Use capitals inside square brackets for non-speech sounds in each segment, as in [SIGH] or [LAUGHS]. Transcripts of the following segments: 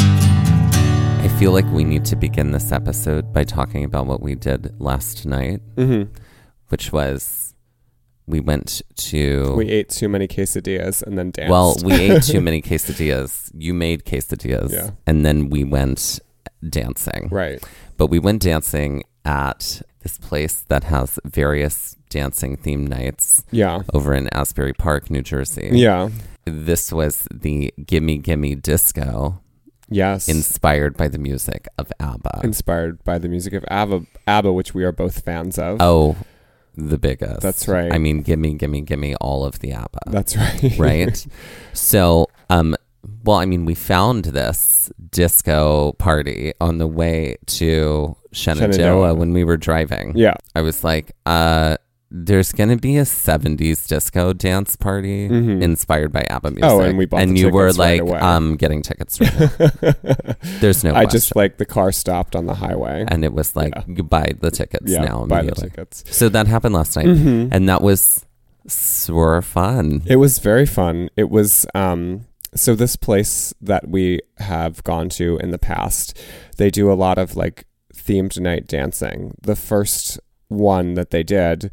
I feel like we need to begin this episode by talking about what we did last night, Mm-hmm. which was we went to. We ate too many quesadillas and then danced. well, [LAUGHS] we ate too many quesadillas. You made quesadillas. Yeah. And then we went dancing. right. But we went dancing at this place that has various dancing themed nights Yeah. over in Asbury Park, New Jersey. Yeah. This was the Gimme Gimme Disco Yes. inspired by the music of ABBA. Inspired by the music of ABBA, ABBA, which we are both fans of. oh, the biggest. That's right. I mean, gimme, gimme, gimme all of the ABBA. [LAUGHS] That's right. right? so, um, well, I mean, we found this disco party on the way to Shenandoah, Shenandoah. when we were driving. yeah. I was like, uh, there's going to be a 70s disco dance party Mhm. [LAUGHS] inspired by ABBA music. Oh, and we bought And the you were tickets right like, away. um, getting [LAUGHS] tickets. Right now. There's no I question. just like the car stopped on the highway. and it was like, you buy the tickets yeah. now. buy the immediately. tickets. So that happened last night. Mhm. And that was super fun. It was very fun. It was um so this place that we have gone to in the past, they do a lot of like themed night dancing. The first one that they did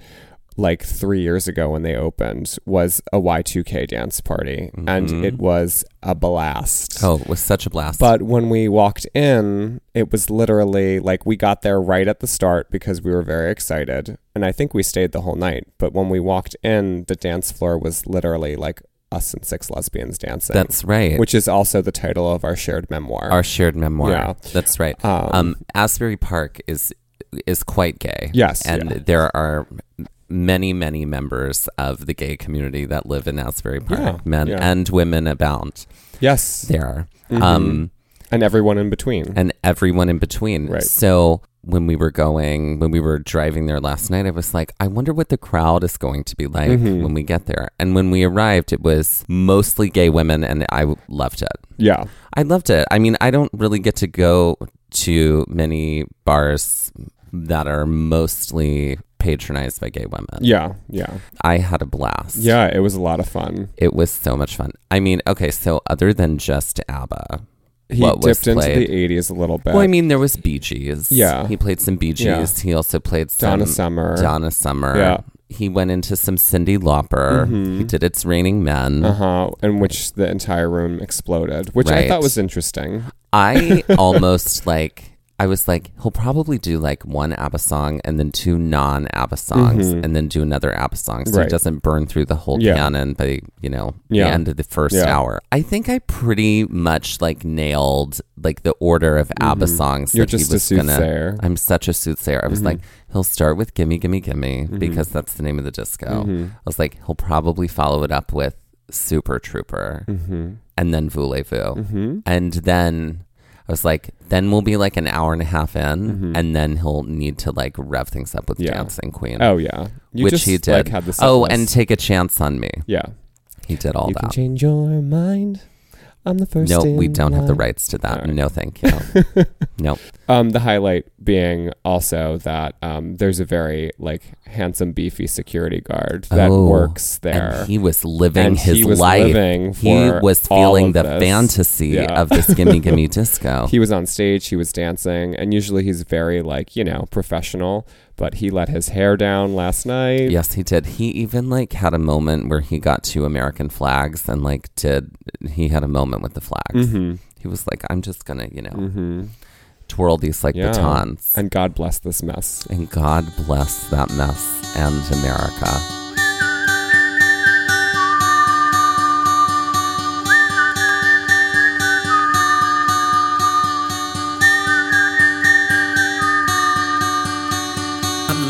like 3 years ago when they opened was a Y2K dance party Mhm. and it was a blast. Oh, it was such a blast. But when we walked in, it was literally like we got there right at the start because we were very excited. And I think we stayed the whole night. But when we walked in, the dance floor was literally like us and six lesbians dancing, That's right. which is also the title of our shared memoir. our shared memoir. Yeah. That's right. Um, Um, Asbury Park is is quite gay. Yes, and yeah. there are many, many members of the gay community that live in Asbury Park. Yeah, Men yeah. Mm-hmm. and women abound yes. there, um, And everyone in between. and everyone in between. Right. So when we were going, when we were driving there last night, I was like, I wonder what the crowd is going to be like Mm-hmm. when we get there. And when we arrived, it was mostly gay women, and I loved it. yeah. I loved it. I mean, I don't really get to go to many bars that are mostly patronized by gay women. Yeah. Yeah. I had a blast. Yeah. It was a lot of fun. It was so much fun. I mean, okay, so other than just ABBA. He What was dipped into played? the 80s a little bit. Well, I mean, there was Bee Gees. Yeah. He played some Bee Gees. Yeah. He also played some Donna Summer. um, Donna Summer. Yeah. Mm-hmm. He went into some Cindy Lauper. He did It's Raining Men. Uh huh. In which the entire room exploded, which I Right. thought was interesting. [LAUGHS] I almost like I was like, he'll probably do like one ABBA song and then two non ABBA songs and then do another ABBA song. So Mm-hmm. Right. he doesn't burn through the whole Yeah. canon by, you know, Yeah. the end of the first Yeah. hour. I think I pretty much like nailed like the order of ABBA songs Mm-hmm. You're that just he a was gonna soothsayer. Mm-hmm. I'm such a soothsayer. I was Mm-hmm. like, he'll start with Gimme Gimme Gimme because that's the name of the disco. Mm-hmm. I was like, he'll probably follow it up with Super Mm-hmm. Trooper and then Voulez-Vous. And then I was like, then we'll be like an hour and a half in, and then he'll need to like rev things up with Mm-hmm. Yeah. Dancing Queen, Oh yeah, you which just, he did. Like, had the oh, setlist. and Take a Chance on Me. yeah, He did all you can that. change your mind. I'm the first. No, we in don't have the line. rights to that. All right. No, thank you. no. Um, the highlight being also that um, there's a very like handsome, beefy security guard that Oh, works there. And he was living And his he was life. living he for was all feeling of the this. fantasy Yeah. of this [LAUGHS] gimme gimme disco. he was on stage, he was dancing, and usually he's very like you know professional. But he let his hair down last night. yes, he did. He even like had a moment where he got two American flags and like did he had a moment with the flags. hmm He was like, I'm just gonna, you know, hmm twirl these like Yeah. batons. And God bless this mess. and God bless that mess and America. I'm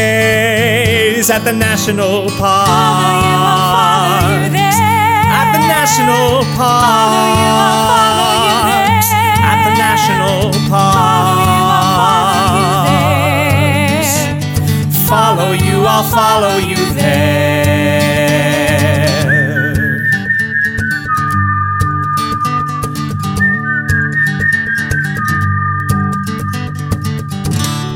at the national Follow you park. At the national park. At the national park. Follow you, I'll follow you there.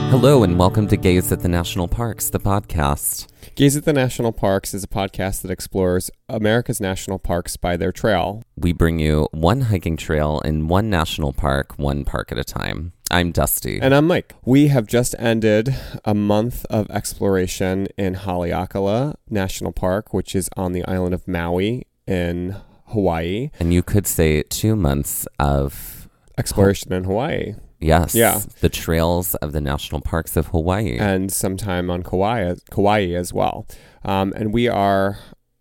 Hello and welcome to Gaze at the National Parks, the podcast. Gaze at the National Parks is a podcast that explores America's national parks by their trail. We bring you one hiking trail in one national park, one park at a time. I'm Dusty. And I'm Mike. We have just ended a month of exploration in Haleakala National Park, which is on the island of Maui in Hawaii. And you could say two months of, Exploration in Hawaii. yes, Yeah. the trails of the national parks of Hawaii. and sometime on Kauai, Kauai as well. Um, and we are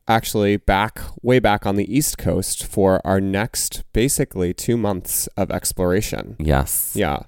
actually back, way back on the East Coast for our next basically two months of exploration. yes. Yeah.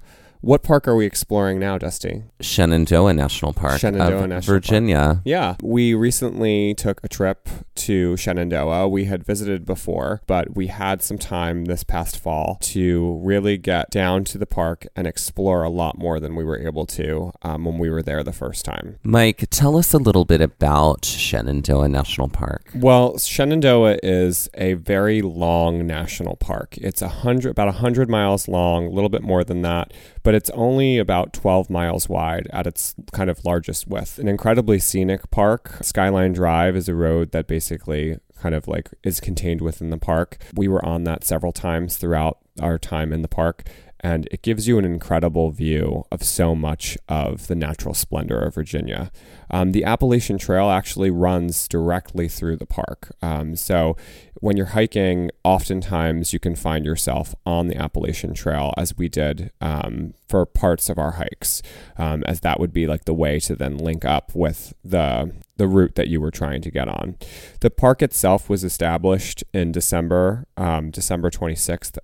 What park are we exploring now, Dusty? Shenandoah National Park Shenandoah of National Park. Virginia. Yeah. We recently took a trip to Shenandoah. We had visited before, but we had some time this past fall to really get down to the park and explore a lot more than we were able to um, when we were there the first time. Mike, tell us a little bit about Shenandoah National Park. Well, Shenandoah is a very long national park. It's a hundred, about hundred miles long, a little bit more than that, but it's only about twelve miles wide at its kind of largest width. An incredibly scenic park. Skyline Drive is a road that basically kind of like is contained within the park. We were on that several times throughout our time in the park. And it gives you an incredible view of so much of the natural splendor of Virginia. Um, the Appalachian Trail actually runs directly through the park. Um, so when you're hiking, oftentimes you can find yourself on the Appalachian Trail, as we did um, for parts of our hikes, um, as that would be like the way to then link up with the the route that you were trying to get on. The park itself was established in December, um, December 26th,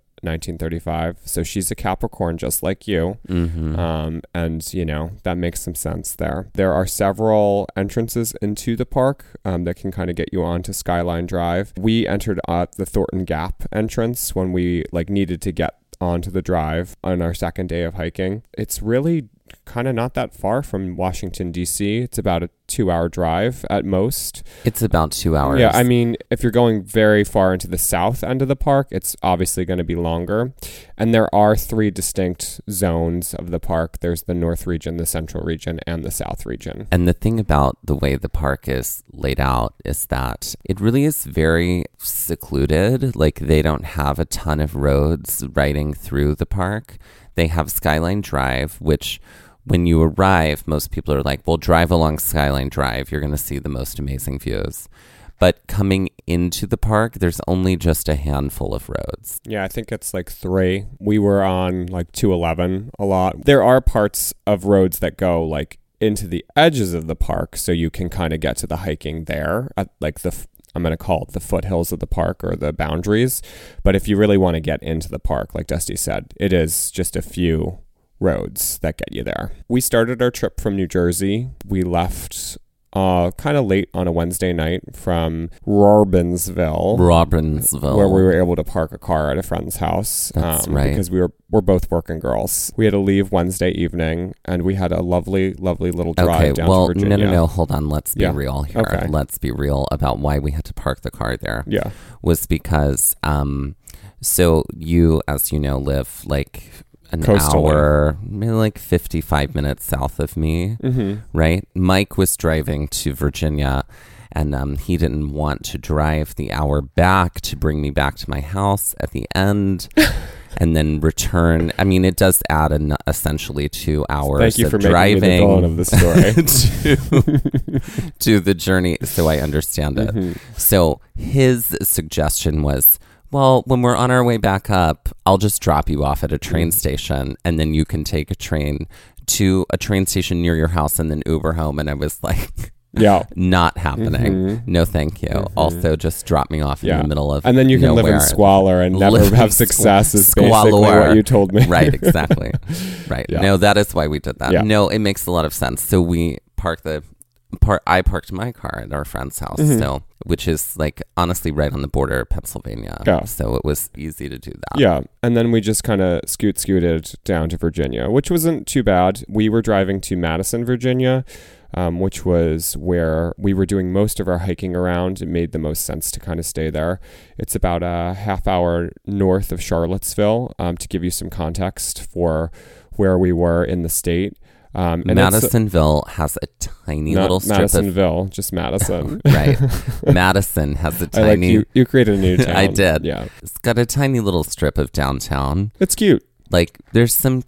1935. So she's a Capricorn, just like you. hmm Um, and, you know, that makes some sense there. There are several entrances into the park um, that can kind of get you onto Skyline Drive. We entered at the Thornton Gap entrance when we, like, needed to get onto the drive on our second day of hiking. It's really kind of not that far from Washington, D.C. It's about a two hour drive at most. It's about two hours. Yeah, I mean, if you're going very far into the south end of the park, it's obviously going to be longer. And there are three distinct zones of the park there's the north region, the central region, and the south region. And the thing about the way the park is laid out is that it really is very secluded. Like they don't have a ton of roads riding through the park. They have Skyline Drive, which when you arrive, most people are like, well, drive along Skyline Drive. You're going to see the most amazing views. But coming into the park, there's only just a handful of roads. Yeah, I think it's like three. We were on like 211 a lot. There are parts of roads that go like into the edges of the park so you can kind of get to the hiking there at like the f- I'm going to call it the foothills of the park or the boundaries. But if you really want to get into the park, like Dusty said, it is just a few roads that get you there. We started our trip from New Jersey. We left uh, kind of late on a Wednesday night from Robbinsville, Robbinsville. where we were able to park a car at a friend's house. Oh. um, That's right. Because we were we're both working girls. We had to leave Wednesday evening, and we had a lovely, lovely little drive Okay, down well, to no, Virginia. no, no. Hold on. Let's be Yeah. real here. Okay. Let's be real about why we had to park the car there. Yeah, was because um so you as you know live like an Coastally. hour maybe like 55 minutes south of me Mm-hmm. right mike was driving to virginia and um, he didn't want to drive the hour back to bring me back to my house at the [LAUGHS] end and then return i mean it does add an, essentially two hours thank you of for driving making me the villain of the [LAUGHS] story. to, to the journey so I understand it. Mm-hmm. So his suggestion was, well, when we're on our way back up, I'll just drop you off at a train Mm-hmm. station and then you can take a train to a train station near your house and then Uber home. And I was like, [LAUGHS] yeah. not happening. No, thank you. Also, just drop me off in Mm-hmm. Yeah. the middle of And then you can live nowhere. in squalor and Live never in have squ- success is basically squalor. what you told me. right, [LAUGHS] exactly. Right. Yeah. No, that is why we did that. Yeah. No, it makes a lot of sense. So we parked the park I parked my car at our friend's house, Mm-hmm. so which is like honestly right on the border of Pennsylvania. Yeah. So it was easy to do that. Yeah. And then we just kind of scoot scooted down to Virginia, which wasn't too bad. We were driving to Madison, Virginia, um, which was where we were doing most of our hiking around. It made the most sense to kind of stay there. It's about a half hour north of Charlottesville, um, to give you some context for where we were in the state. Um, and it's- Madisonville has a tiny not little strip of Madisonville, [LAUGHS] just Madison. right. [LAUGHS] Madison has a I like tiny you. You created a new town. [LAUGHS] I did. Yeah, it's got a tiny little strip of downtown. it's cute. Like there's some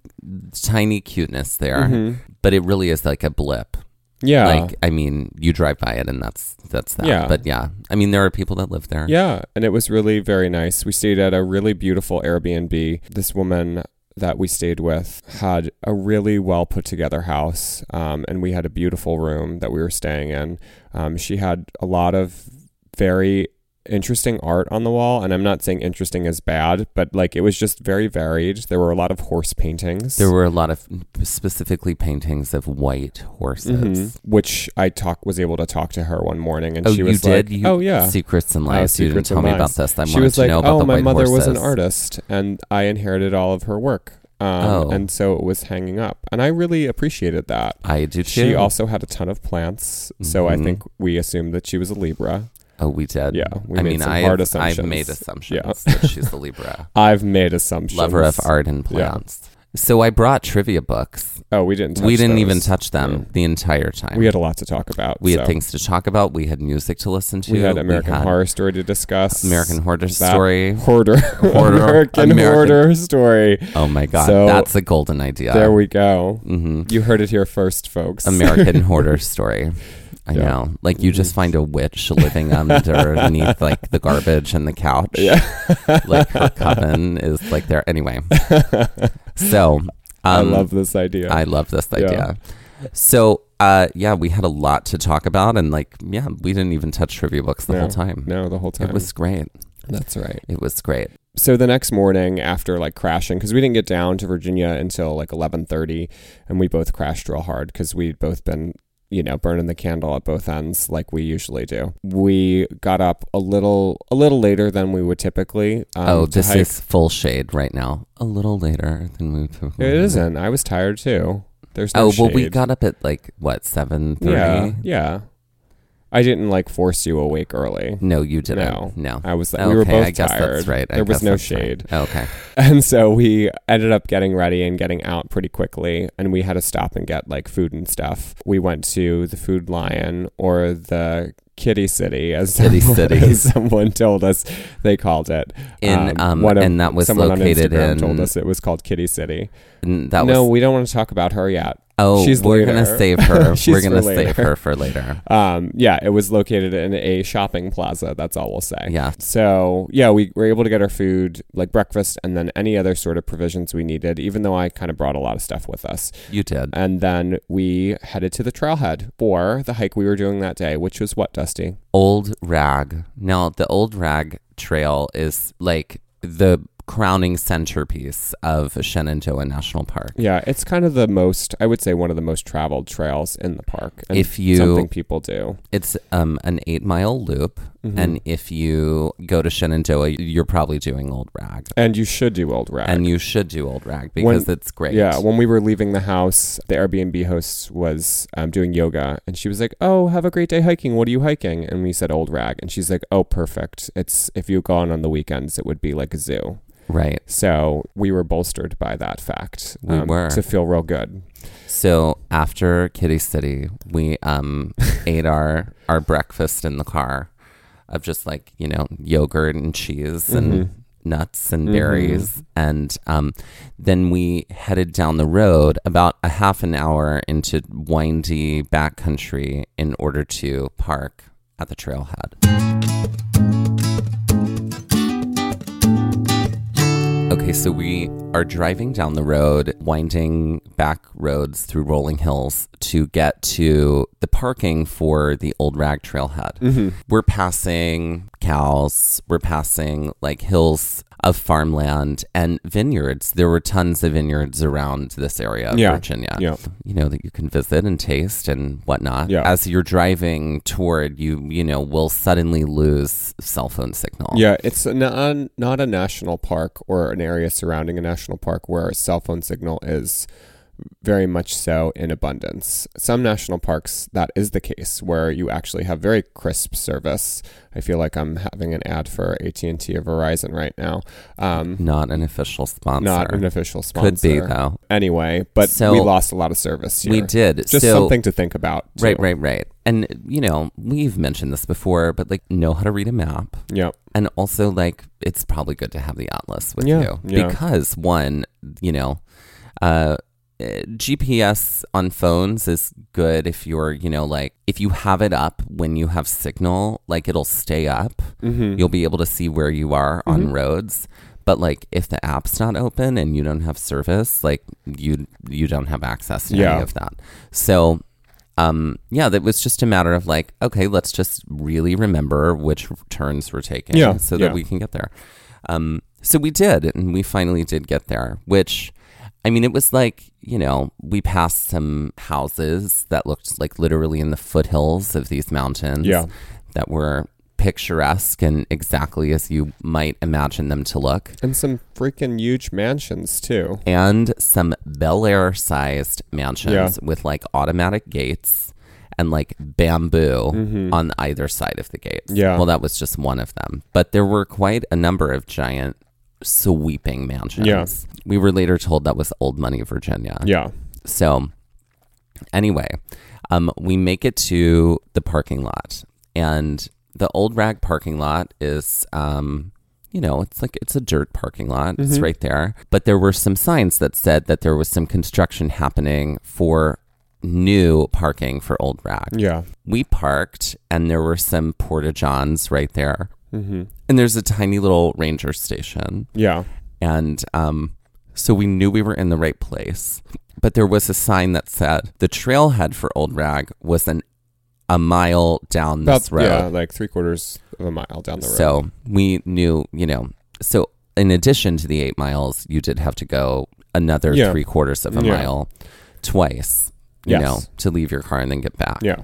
tiny cuteness there, Mm-hmm. but it really is like a blip. Yeah, like i mean you drive by it and that's that's that Yeah. but yeah i mean there are people that live there Yeah, and it was really very nice. We stayed at a really beautiful Airbnb. This woman that we stayed with had a really well put together house, um, and we had a beautiful room that we were staying in. Um, she had a lot of very interesting art on the wall, and I'm not saying interesting is bad, but like it was just very varied. There were a lot of horse paintings. there were a lot of specifically paintings of white horses Mhm. Which I talk was able to talk to her one morning, and oh she you was did like, you, "Oh yeah, secrets and Oh, lies you didn't Secrets tell and me about Lies. this i she wanted was to like, know about "Oh, the my white mother was an horses." artist, and I inherited all of her work, um, Oh. and so it was hanging up." And I really appreciated that. i do too She also had a ton of plants, so I Mhm. think we assumed that she was a Libra. oh we did Yeah, we i made mean some I hard have, i've assumptions. made assumptions Yeah. that she's a [LAUGHS] libra I've made assumptions. lover of art and Yeah. plants so i brought trivia books Oh, we didn't. Touch we didn't even those. touch them the entire time We had a lot to talk about. we had so. things to talk about. We had music to listen to. We had American had- Horror Story to discuss. American Horror That Story. Hoarder. Hoarder. American, American- Hoarder Story. Oh my God, So- that's a golden idea. There we go. hmm You heard it here first, folks. [LAUGHS] American [LAUGHS] Hoarder Story. I Yeah. know, like you just find a witch living underneath like the garbage and the couch. like her coven is like there. [LAUGHS] Anyway, so um, I love this idea. I love this Yeah. idea. So uh, yeah, we had a lot to talk about, and like yeah, we didn't even touch trivia books the no, whole time. No, the whole time. It was great. That's right. It was great. So the next morning after like crashing, because we didn't get down to Virginia until like eleven thirty, and we both crashed real hard because we'd both been you know burning the candle at both ends like we usually do. We got up a little a little later than we would typically. Um, oh, to this hike. is full shade right now. A little later than we. It isn't. I was tired too. There's no Oh well, we shade. got up at like what seven thirty. yeah yeah. I didn't like force you awake early. No, you didn't. No. no. I was like, we were Okay, both I guess tired. That's right. I there was guess no that's right. shade. Okay. And so we ended up getting ready and getting out pretty quickly. And we had to stop and get like food and stuff. We went to the Food Lion or the Kitty City, as Kitty someone, [LAUGHS] City. as someone told us they called it. In um, one of- and that was someone located on Instagram in. told us it was called Kitty City. n- That no, was. we don't want to talk about her yet. Oh, she's we're gonna later. [LAUGHS] save her. She's we're for gonna save later. her [LAUGHS] for later. Um, yeah, it was located in a shopping plaza. That's all we'll say. Yeah. So yeah, we were able to get our food, like breakfast, and then medicine, any other sort of provisions we needed, even though I kind of brought a lot of stuff with us. You did. And then we headed to the trailhead for the hike we were doing that day, which was what, Dusty? Old Rag. Now, the Old Rag Trail is like the crowning centerpiece of Shenandoah National Park. Yeah, it's kind of the most, I would say, one of the most traveled trails in the park. And If you- something people do, It's um, an eight mile loop. Mm-hmm. And if you go to Shenandoah, you're probably doing Old Rag. and you should do Old Rag. And you should do Old Rag because When- it's great. Yeah, when we were leaving the house, the Airbnb host was um, doing yoga, and she was like, "Oh, have a great day hiking. What are you hiking?" And we said Old Rag, and she's like, "Oh, perfect. It's if you go on on the weekends, it would be like a zoo." Right. So we were bolstered by that fact. um, We were. to feel real good. So after Kitty City, we um, ate our, our breakfast in the car of just like, you know, yogurt and cheese and nuts and berries. And um, then we headed down the road about a half an hour into windy backcountry in order to park at the trailhead. Okay, so we are driving down the road, winding back roads through rolling hills to get to the parking for the old rag trailhead. Mm-hmm. We're passing cows, we're passing like hills of farmland and vineyards. There were tons of vineyards around this area of Yeah. Virginia. Yeah. You know, that you can visit and taste and whatnot. Yeah. As you're driving toward, you, you know, will suddenly lose cell phone signal. Yeah, it's a non, not a national park or an area surrounding a national park where a cell phone signal is very much so in abundance. Some national parks, that is the case, where you actually have very crisp service. I feel like I'm having an ad for AT and T or Verizon right now. Um, Not an official sponsor. not an official sponsor. Could be, though. Anyway, but So- we lost a lot of service. Here. We did. Just So- something to think about. too. Right, right, right. And, you know, we've mentioned this before, but like, know how to read a map. Yep. And also, like, it's probably good to have the atlas with Yeah, you yeah. because, one, you know, uh, eh, GPS on phones is good if you're, you know, like if you have it up when you have signal, like it'll stay up. Mm-hmm. You'll be able to see where you are on roads. But like if the app's not open and you don't have service, like you you don't have access to Yeah. any of that. So um yeah, that was just a matter of like, okay, let's just really remember which turns we're taking Yeah, so that yeah. we can get there. Um so we did and we finally did get there, which I mean, it was like, you know, we passed some houses that looked like literally in the foothills of these mountains Yeah. that were picturesque and exactly as you might imagine them to look. And some freaking huge mansions too. And some Bel Air sized mansions Yeah. with like automatic gates and like bamboo on either side of the gates. Mm-hmm. Yeah. Well, that was just one of them. But there were quite a number of giant sweeping mansions. Yeah. We were later told that was old money Virginia. Yeah. So, anyway, um, we make it to the parking lot, and the old rag parking lot is, um, you know, it's like it's a dirt parking lot. It's right there, but there were some signs that said that there was some construction happening for new parking for old rag. Yeah. We parked, and there were some porta johns right there, and there's a tiny little ranger station. Yeah. And um, so we knew we were in the right place. But there was a sign that said the trailhead for Old Rag was an a mile down this road. Yeah, like three quarters of a mile down the road. So we knew, you know. So in addition to the eight miles, you did have to go another Yeah. three quarters of a Yeah. mile twice, you Yes. know, to leave your car and then get back. yeah.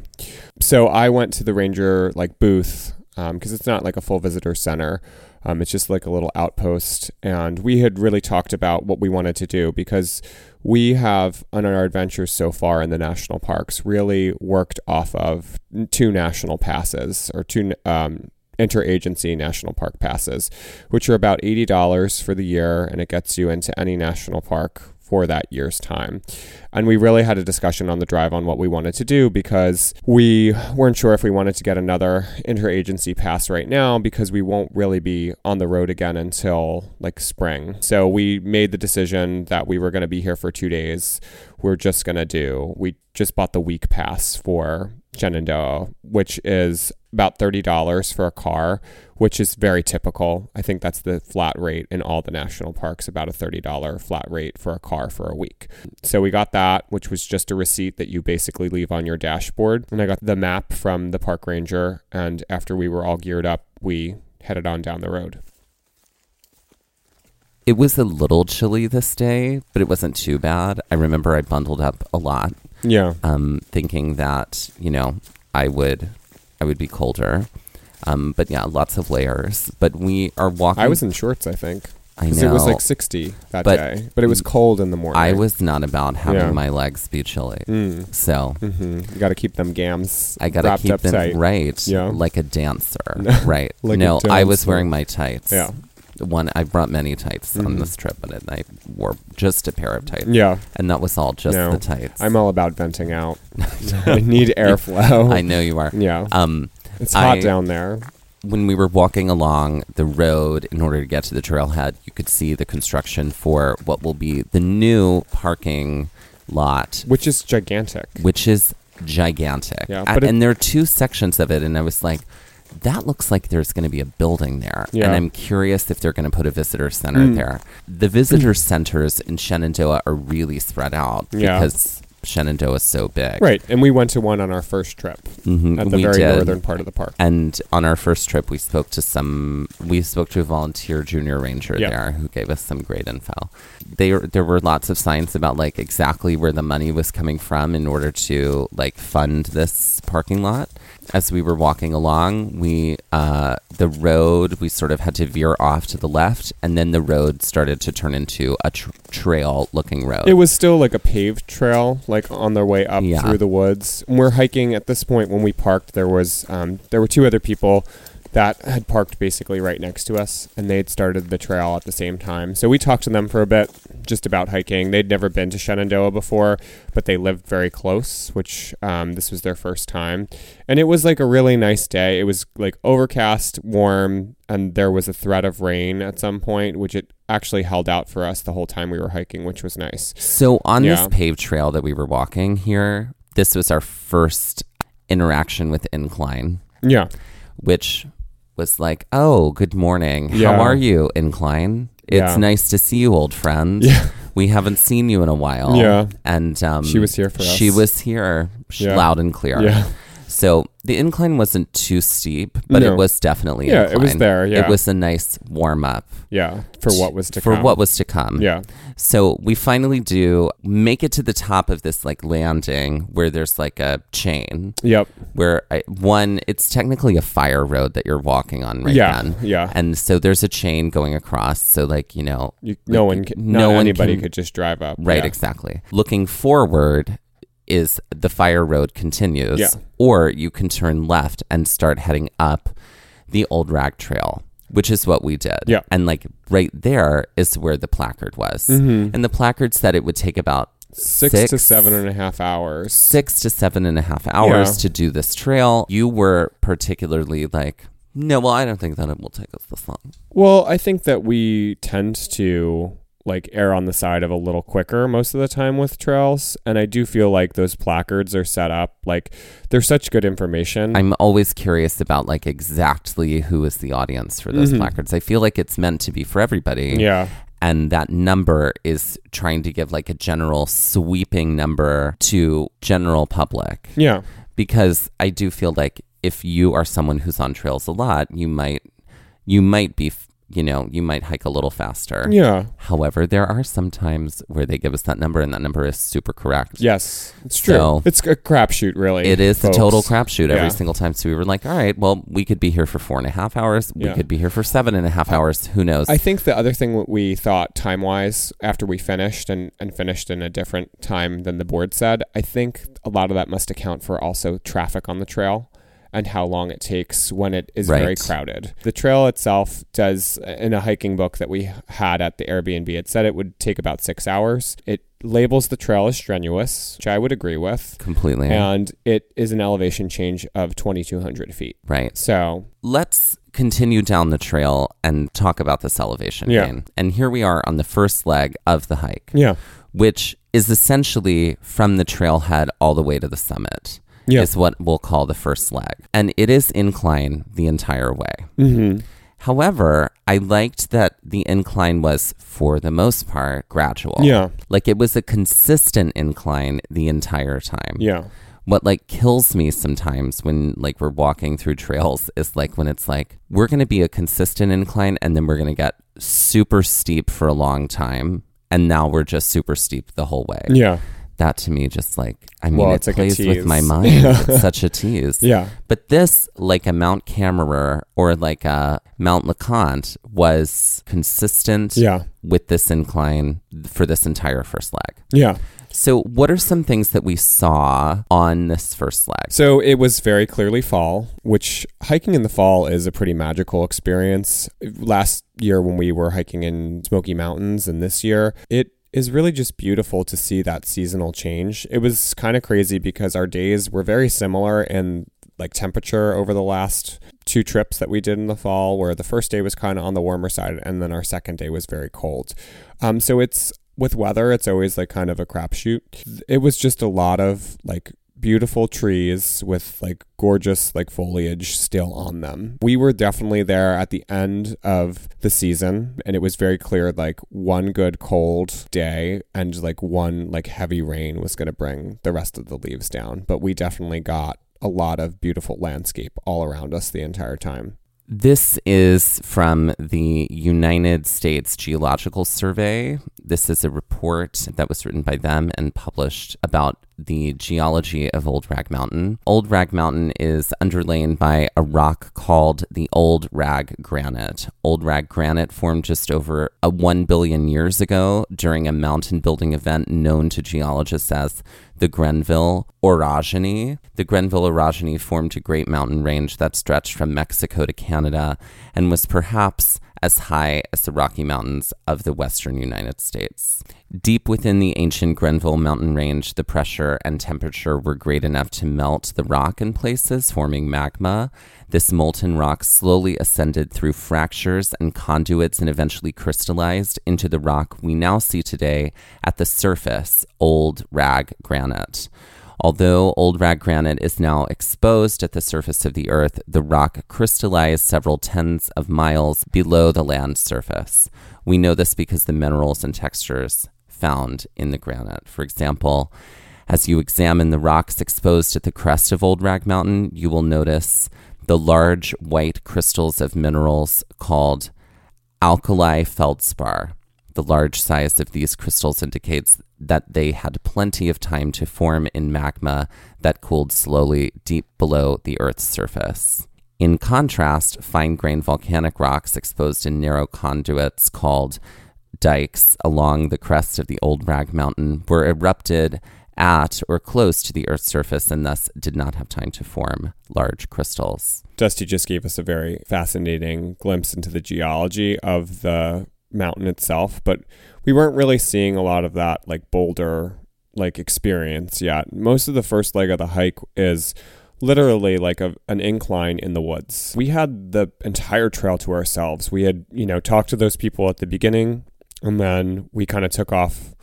So I went to the ranger like booth because it's not like a full visitor center. Um, it's just like a little outpost, and we had really talked about what we wanted to do because we have on our adventures so far in the national parks really worked off of two national passes or two um, interagency national park passes, which are about eighty dollars for the year, and it gets you into any national park for that year's time. And we really had a discussion on the drive on what we wanted to do because we weren't sure if we wanted to get another interagency pass right now because we won't really be on the road again until like spring. So we made the decision that we were going to be here for two days. We're just going to do, we just bought the week pass for Shenandoah, which is about $30 for a car, which is very typical. I think that's the flat rate in all the national parks, about a $30 flat rate for a car for a week. So we got that, which was just a receipt that you basically leave on your dashboard. And I got the map from the park ranger. And after we were all geared up, we headed on down the road. It was a little chilly this day, but it wasn't too bad. I remember I bundled up a lot, Yeah. um, thinking that, you know, I would I would be colder. Um, but yeah, lots of layers. But we are walking I was in shorts, I think. I 'Cause It was know. like 60 that But- day, but it was cold in the morning. I was not about having Yeah. my legs be chilly. Mm. So Mhm. You got to keep them gams. I gotta wrapped keep up them tight. right, Yeah. like [LAUGHS] a dancer, right? Like a no, I was dancer. wearing my tights. Yeah. Mm-hmm. one I brought many tights on this trip, but I wore just a pair of tights. Yeah. and that was all just No. the tights. I'm all about venting [LAUGHS] out. [LAUGHS] I need airflow. I know you are. [LAUGHS] Yeah. Um, it's hot I- down there. when we were walking along the road in order to get to the trailhead, you could see the construction for what will be the new parking lot which is gigantic. which is gigantic. Yeah, A- but it- and there are two sections of it, and I was like, that looks like there's going to be a building there. Yeah. Mm. And I'm curious if they're going to put a visitor center there. The visitor centers in Shenandoah are really spread out Yeah. because Shenandoah is so big. Right, and we went to one on our first trip Mhm, at the we very did. northern part of the park. And on our first trip, we spoke to some. We spoke to a volunteer junior ranger Yeah. there who gave us some great info. There, there were lots of signs about like exactly where the money was coming from in order to like fund this parking lot. As we were walking along, we uh, the road we sort of had to veer off to the left, and then the road started to turn into a tr- trail-looking road. It was still like a paved trail, like on their way up Yeah. through the woods. And We're hiking at this point. When we parked, there was um, there were two other people that had parked basically right next to us, and they'd started the trail at the same time. So we talked to them for a bit, just about hiking. They'd never been to Shenandoah before, but they lived very close, which um, this was their first time. And it was like a really nice day. It was like overcast, warm, and there was a threat of rain at some point, which it actually held out for us the whole time we were hiking, which was nice. So on Yeah. this paved trail that we were walking here, this was our first interaction with Incline, Yeah. which was like, "Oh, good morning. Yeah. How are you, Incline? It's Yeah. nice to see you, old friend. Yeah. We haven't seen you in a while." Yeah. and um, She was here for us. She was here, sh- Yeah. loud and clear. Yeah. So the incline wasn't too steep, but No. it was definitely Yeah, it was incline. there, yeah. it was a nice warm up Yeah. For what was to for come. what was to come. Yeah. So we finally do make it to the top of this like landing where there's like a chain Yep. where I, one it's technically a fire road that you're walking on right Yeah, then. yeah. And so there's a chain going across so like you know You, no one, ca- no no one anybody can- could just drive up. right Yeah. exactly. Looking forward is the fire road continues Yeah. or you can turn left and start heading up the old rag trail. Which is what we did. Yeah. And like right there is where the placard was. And the placard said it would take about Mm-hmm. Six, to seven and a half hours. six to seven and a half hours Yeah. to do this trail. You were particularly like, no, well, I don't think that it will take us this long. Well, I think that we tend to like err on the side of a little quicker most of the time with trails. And I do feel like those placards are set up. Like they're such good information. I'm always curious about like exactly who is the audience for those placards. I feel like it's meant to be for everybody. Mm-hmm. yeah. And that number is trying to give like a general sweeping number to general public. Yeah. because I do feel like if you are someone who's on trails a lot, you might you might be f- you know you might hike a little faster. Yeah. However, there are some times where they give us that number, and that number is super correct. Yes. It's true. So- it's a crapshoot, really. It is folks. a total crapshoot Yeah. every single time. So we were like, all right, well, we could be here for four and a half hours. We Yeah. could be here for seven and a half hours. Who knows? I think the other thing that we thought time wise after we finished and, and finished in a different time than the board said, I think a lot of that must account for also traffic on the trail and how long it takes when it is very Right. crowded. The trail itself does, in a hiking book that we had at the Airbnb, it said it would take about six hours. It labels the trail as strenuous, which I would agree with. Completely. And it is an elevation change of 2,200 feet. Right. So, Let's continue down the trail and talk about this elevation Yeah. gain. And here we are on the first leg of the hike, yeah. which is essentially from the trailhead all the way to the summit. Yeah. Is what we'll call the first leg. And it is incline the entire way. Mm-hmm. However, I liked that the incline was, for the most part, gradual. Yeah. Like it was a consistent incline the entire time. Yeah. What like kills me sometimes when like we're walking through trails is like when it's like we're going to be a consistent incline and then we're going to get super steep for a long time and now we're just super steep the whole way. Yeah. That to me just like I mean Well, it it's like a plays with tease. [LAUGHS] my mind. It's such a tease. Yeah. But this, like a Mount Camerer or like a Mount LeConte, was consistent Yeah. with this incline for this entire first leg. Yeah. So, what are some things that we saw on this first leg? So it was very clearly fall, which hiking in the fall is a pretty magical experience. Last year, when we were hiking in Smoky Mountains, and this year, it is really just beautiful to see that seasonal change. It was kind of crazy because our days were very similar in like temperature over the last two trips that we did in the fall where the first day was kind of on the warmer side and then our second day was very cold. Um so it's with weather it's always like kind of a crapshoot. It was just a lot of like beautiful trees with like gorgeous like foliage still on them. We were definitely there at the end of the season and it was very clear like one good cold day and like one like heavy rain was going to bring the rest of the leaves down, but we definitely got a lot of beautiful landscape all around us the entire time. This is from the United States Geological Survey. This is a report that was written by them and published about the geology of Old Rag Mountain. Old Rag Mountain is underlain by a rock called the Old Rag Granite. Old Rag Granite formed just over a 1 billion years ago during a mountain building event known to geologists as the Grenville Orogeny. The Grenville Orogeny formed a great mountain range that stretched from Mexico to Canada and was perhaps as high as the Rocky Mountains of the western United States. Deep within the ancient Grenville mountain range, the pressure and temperature were great enough to melt the rock in places, forming magma. This molten rock slowly ascended through fractures and conduits and eventually crystallized into the rock we now see today at the surface, old rag granite. Although old rag granite is now exposed at the surface of the Earth, the rock crystallized several tens of miles below the land surface. We know this because the minerals and textures found in the granite. For example, as you examine the rocks exposed at the crest of Old Rag Mountain, you will notice the large white crystals of minerals called alkali feldspar. The large size of these crystals indicates that they had plenty of time to form in magma that cooled slowly deep below the Earth's surface. In contrast, fine grained volcanic rocks exposed in narrow conduits called dikes along the crest of the Old Rag Mountain were erupted at or close to the Earth's surface and thus did not have time to form large crystals. Dusty just gave us a very fascinating glimpse into the geology of the mountain itself, but we weren't really seeing a lot of that like boulder like experience yet. Most of the first leg of the hike is literally like a, an incline in the woods. We had the entire trail to ourselves. We had, you know, talked to those people at the beginning and then we kind of took off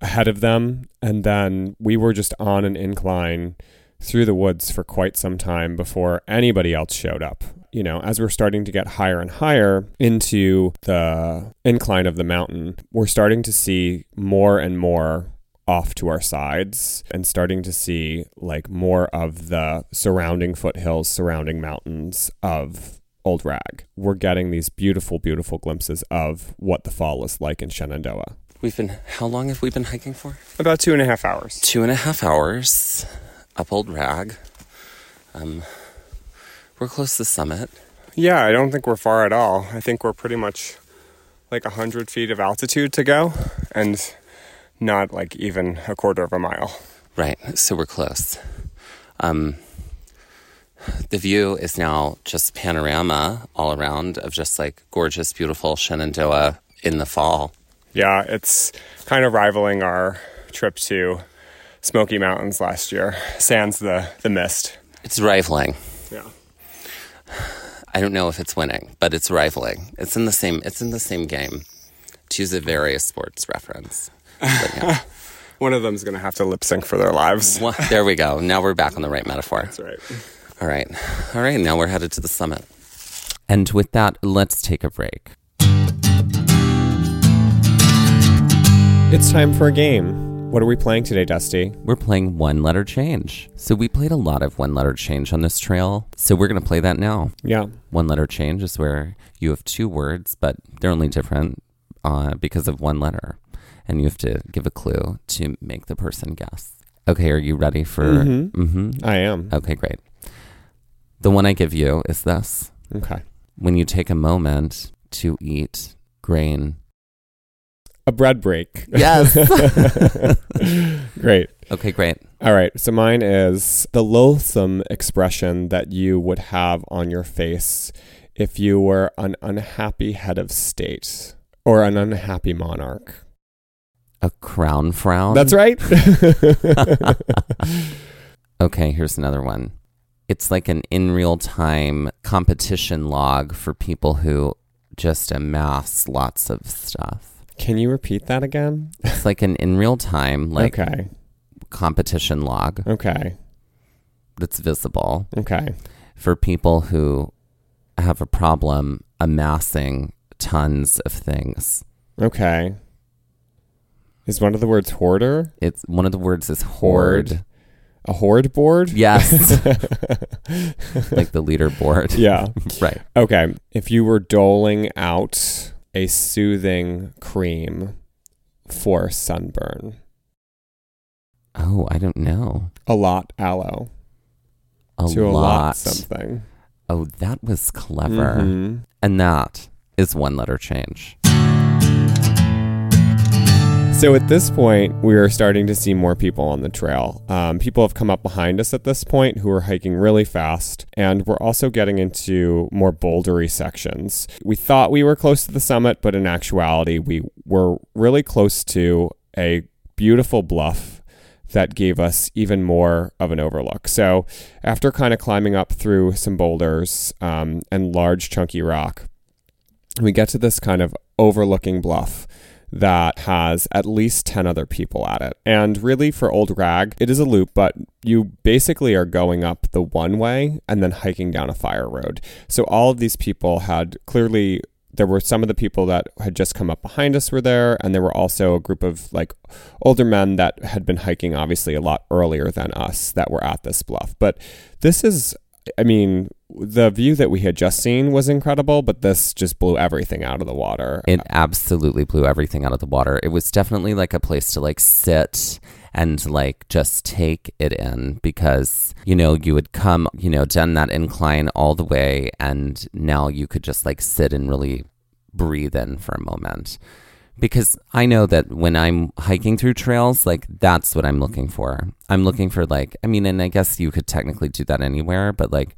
ahead of them and then we were just on an incline through the woods for quite some time before anybody else showed up. You know, as we're starting to get higher and higher into the incline of the mountain, we're starting to see more and more off to our sides and starting to see like more of the surrounding foothills, surrounding mountains of Old Rag. We're getting these beautiful, beautiful glimpses of what the fall is like in Shenandoah. We've been, how long have we been hiking for? About two and a half hours. two and a half hours up old rag um, we're close to the summit Yeah, I don't think we're far at all. I think we're pretty much like 100 feet of altitude to go and not like even a quarter of a mile. right so we're close um, the view is now just panorama all around of just like gorgeous beautiful shenandoah in the fall Yeah, it's kind of rivaling our trip to Smoky Mountains last year, sans the, the mist. It's rifling. Yeah. I don't know if it's winning, but it's rifling. It's in the same. It's in the same game. To use a various sports reference. But yeah. One of them's going to have to lip sync for their lives. Well, there we go. Now we're back on the right metaphor. That's right. All right. All right. Now we're headed to the summit. And with that, let's take a break. It's time for a game. What are we playing today, Dusty? We're playing one letter change. So we played a lot of one letter change on this trail. So we're going to play that now. Yeah. One letter change is where you have two words, but they're only different uh, because of one letter. And you have to give a clue to make the person guess. Okay, are you ready for? Mhm. Mhm. I am. Okay, great. The one I give you is this Okay. when you take a moment to eat grain. A bread break. Yes. [LAUGHS] Great. Okay, great. All right. So mine is the loathsome expression that you would have on your face if you were an unhappy head of state or an unhappy monarch. A crown frown. That's [LAUGHS] right. [LAUGHS] Okay, here's another one. It's like an in real time competition log for people who just amass lots of stuff. Can you repeat that again? It's like an in [LAUGHS] real time like okay. competition log Okay. that's visible Okay. for people who have a problem amassing tons of things. Okay. Is one of the words hoarder? It's one of the words is horde. A hoard board? [LAUGHS] Yes. like the [LAUGHS] leaderboard. Yeah. Right. Okay. If you were doling out a soothing cream for sunburn, Oh, I don't know. a lot aloe A to a lot. lot something. Oh, that was clever. Mhm. And that is one letter change. So at this point, we are starting to see more people on the trail. Um, people have come up behind us at this point who are hiking really fast, and we're also getting into more bouldery sections. We thought we were close to the summit, but in actuality, we were really close to a beautiful bluff that gave us even more of an overlook. So after kind of climbing up through some boulders um, and large chunky rock, we get to this kind of overlooking bluff that has at least 10 other people at it. And really, for Old Rag, it is a loop, but you basically are going up the one way and then hiking down a fire road. So all of these people had clearly. There were some of the people that had just come up behind us were there, and there were also a group of like older men that had been hiking obviously a lot earlier than us that were at this bluff. But this is I mean, the view that we had just seen was incredible, but this just blew everything out of the water. It absolutely blew everything out of the water. It was definitely like a place to like sit and like just take it in because you know you had come you know done that incline all the way and now you could just like sit and really breathe in for a moment because I know that when I'm hiking through trails, like that's what I'm looking for. I'm looking for like I mean, and I guess you could technically do that anywhere, but like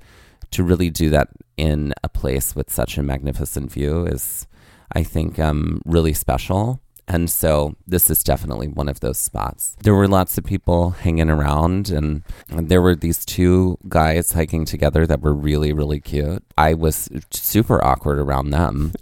to really do that in a place with such a magnificent view is I think um really special. And so this is definitely one of those spots. There were lots of people hanging around and there were these two guys hiking together that were really really cute. I was super awkward around them.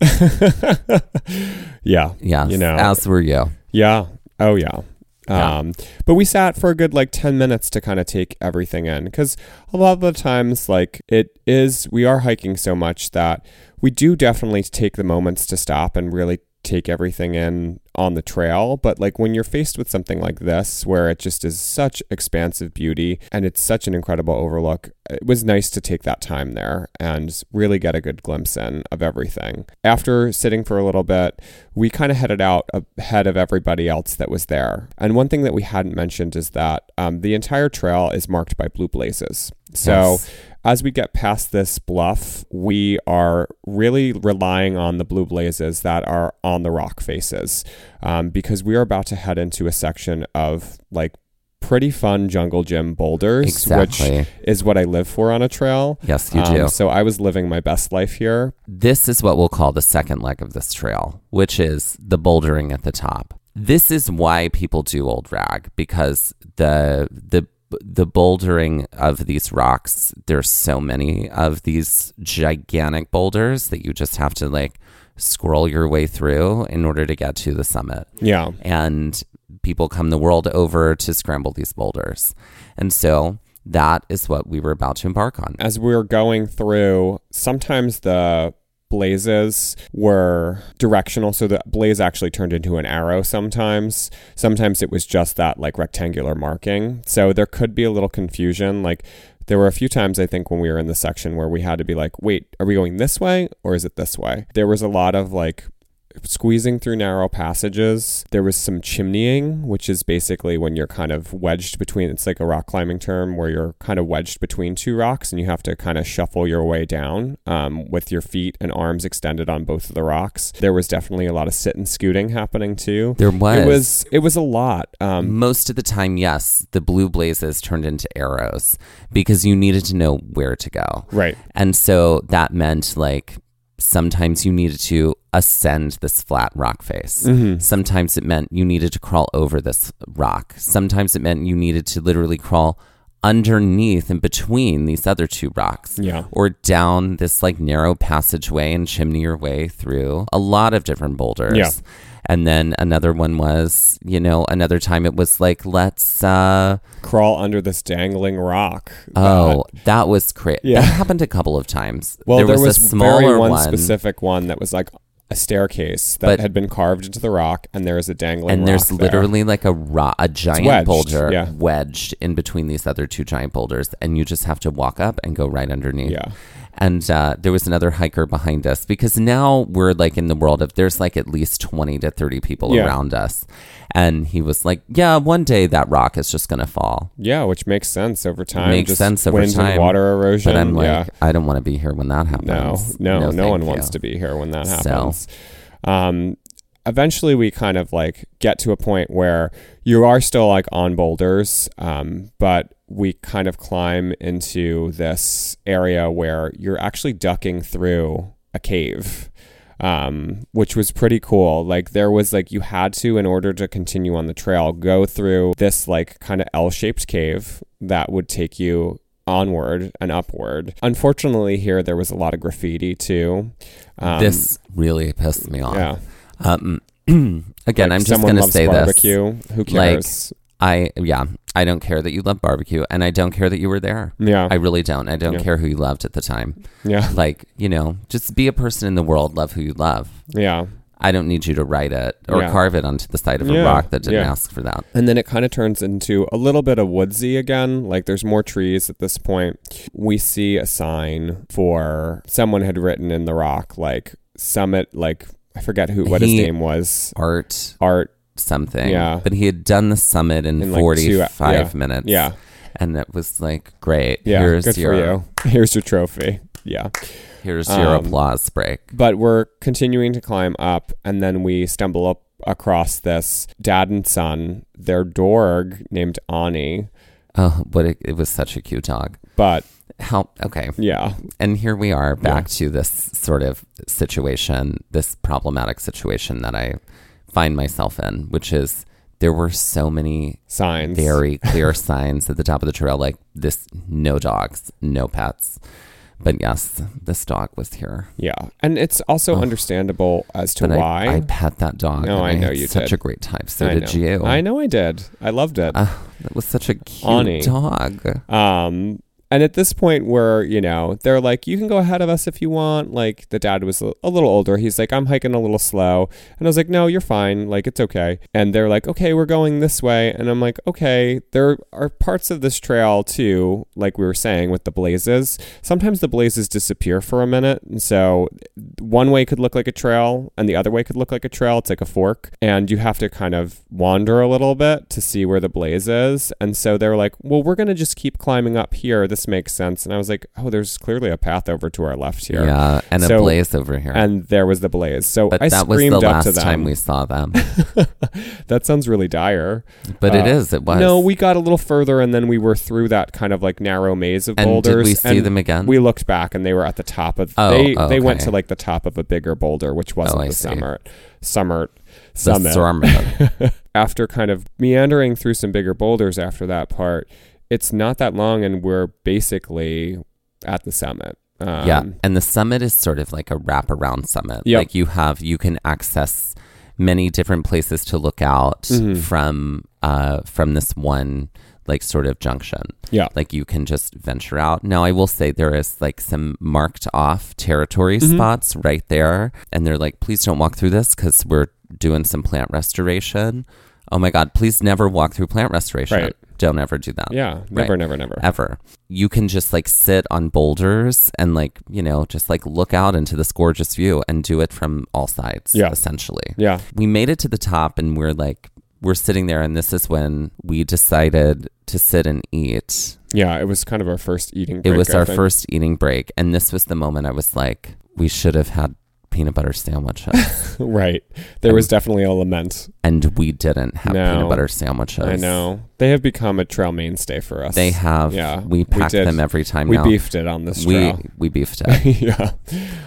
yeah. Yes. [LAUGHS] You know. as were you. Yeah. Oh, yeah. Yeah. Um, but we sat for a good like 10 minutes to kind of take everything in because a lot of the times, like, it is, we are hiking so much that we do definitely take the moments to stop and really take everything in on the trail. But like, when you're faced with something like this, where it just is such expansive beauty and it's such an incredible overlook, it was nice to take that time there and really get a good glimpse in of everything. After sitting for a little bit, we kind of headed out ahead of everybody else that was there. And one thing that we hadn't mentioned is that um, the entire trail is marked by blue blazes. So Yes. as we get past this bluff, we are really relying on the blue blazes that are on the rock faces um, because we are about to head into a section of like pretty fun jungle gym boulders, Exactly. which is what I live for on a trail. Yes, you Um, do. So I was living my best life here. This is what we'll call the second leg of this trail, which is the bouldering at the top. this is why people do old rag because the the the bouldering of these rocks there's so many of these gigantic boulders that you just have to like scroll your way through in order to get to the summit Yeah. and people come the world over to scramble these boulders and so that is what we were about to embark on As we were going through, sometimes the blazes were directional. So the blaze actually turned into an arrow sometimes. Sometimes it was just that like rectangular marking. So there could be a little confusion. Like there were a few times I think when we were in the section where we had to be like, wait, are we going this way or is it this way? There was a lot of like squeezing through narrow passages. There was some chimneying, which is basically when you're kind of wedged between, it's like a rock climbing term where you're kind of wedged between two rocks and you have to kind of shuffle your way down um, with your feet and arms extended on both of the rocks. There was definitely a lot of sit and scooting happening too. there was, It was it was a lot. Um, most of the time yes the blue blazes turned into arrows because you needed to know where to go right. And so that meant like sometimes you needed to ascend this flat rock face. Mm-hmm. Sometimes it meant you needed to crawl over this rock. Sometimes it meant you needed to literally crawl underneath and between these other two rocks Yeah. or down this like narrow passageway and chimney your way through a lot of different boulders. Yeah. And then another one was, you know, another time it was like let's uh Crawl under this dangling rock. that- Oh, that was crazy. Yeah. That happened a couple of times. [LAUGHS] Well, there, was, a smaller very one, one, specific one that was like a staircase that But- had been carved into the rock, and there is a dangling. and there's rock there. literally like a ro- a giant wedged, boulder yeah. wedged in between these other two giant boulders, and you just have to walk up and go right underneath. Yeah. And uh, there was another hiker behind us because now we're like in the world of there's like at least 20 to 30 people Yeah. around us. And he was like, Yeah, one day that rock is just going to fall. yeah, which makes sense over time. Makes Just sense over wind time, and water erosion. But I'm like, um, yeah. I don't want to be here when that no, happens. no, no, one wants to. to be here when that So- happens. Um, eventually, we kind of like get to a point where you are still like on boulders, um, but we kind of climb into this area where you're actually ducking through a cave. Um, which was pretty cool. Like there was like you had to in order to continue on the trail go through this like kind of L-shaped cave that would take you onward and upward. Unfortunately, here there was a lot of graffiti too. Um, this really pissed me off. yeah. Um, again, Like, I'm just someone going to loves say this. barbecue. Who Like, cares? I yeah, I don't care that you love barbecue, and I don't care that you were there. yeah, I really don't. I don't Yeah. care who you loved at the time. yeah, Like you know, just be a person in the world. Love who you love. yeah. I don't need you to write it or Yeah. carve it onto the side of a Yeah, rock that didn't yeah. ask for that. And then it kind of turns into a little bit of woodsy again. Like there's more trees at this point. We see a sign for someone had written in the rock like summit. Like I forget who what He- his name was. Art Art. something. Yeah. But he had done the summit in, In, like, two- yeah. 45 minutes. Yeah, And it was like, great. yeah. here's Good your for you. Here's your trophy. Yeah. here's your Um, applause break. But we're continuing to climb up, and then we stumble up across this dad and son, their dorg named Ani. Oh, but it, it was such a cute dog. But How okay. yeah, And here we are back to this sort of situation, this problematic situation that I find myself in, which is there were so many signs. [LAUGHS] very clear signs at the top of the trail like this no dogs, no pets. But yes, this dog was here. Yeah, and it's also understandable as to But why. I, I pet that dog. No, and I know had you such did. a great time. So I did know. you. I know I did. I loved it. Uh, that was such a cute Ani. dog. Um, and at this point, where you know they're like, "You can go ahead of us if you want." Like the dad was a a little older. He's like, "I'm hiking a little slow," and I was like, "No, you're fine. Like it's okay." And they're like, "Okay, we're going this way," and I'm like, "Okay." There are parts of this trail too, like we were saying with the blazes. Sometimes the blazes disappear for a minute, and so one way could look like a trail, and the other way could look like a trail. It's like a fork, and you have to kind of wander a little bit to see where the blaze is. And so they're like, "Well, we're gonna just keep climbing up here. This makes sense." And I was like, "Oh, there's clearly a path over to our left here." Yeah. And a So- blaze over here. And there was the blaze. So but I that was screamed the up last to them. time we saw them. that sounds really dire. But it Uh, is. It was. No, we got a little further, and then we were through that kind of like narrow maze of And did boulders. we see and them again? We looked back, and they were at the top of. Oh, they oh, they went okay. to like the top of a bigger boulder, which Oh, wasn't I the see. summit. Summit. summit. summit. after kind of meandering through some bigger boulders after that part, it's not that long, and we're basically at the summit. [LAUGHS] Um, yeah. And the summit is sort of like a wraparound summit. Yep. Like you have, you can access many different places to look out Mm-hmm. from, uh, from this one like sort of junction. Yeah. Like you can just venture out. Now I will say there is like some marked off territory Mm-hmm. spots right there. And they're like, please don't walk through this because we're doing some plant restoration. Oh my God, please never walk through plant restoration. Right. Don't ever do that Yeah. Never, Right. never, never. ever. You can just like sit on boulders and like, you know, just like look out into this gorgeous view and do it from all sides, Yeah. essentially. Yeah. We made it to the top and we're like, we're sitting there, and this is when we decided to sit and eat. Yeah. It was kind of our first eating It break. was I our think. first eating break. And this was the moment I was like, we should have had peanut [LAUGHS] butter sandwiches. Right. There was definitely a lament. and we didn't have No. peanut butter sandwiches. I know. They have become a trail mainstay for us. They have, Yeah, we we pack did. them every time We now. beefed it on this we, trail. [LAUGHS] we beefed it. yeah.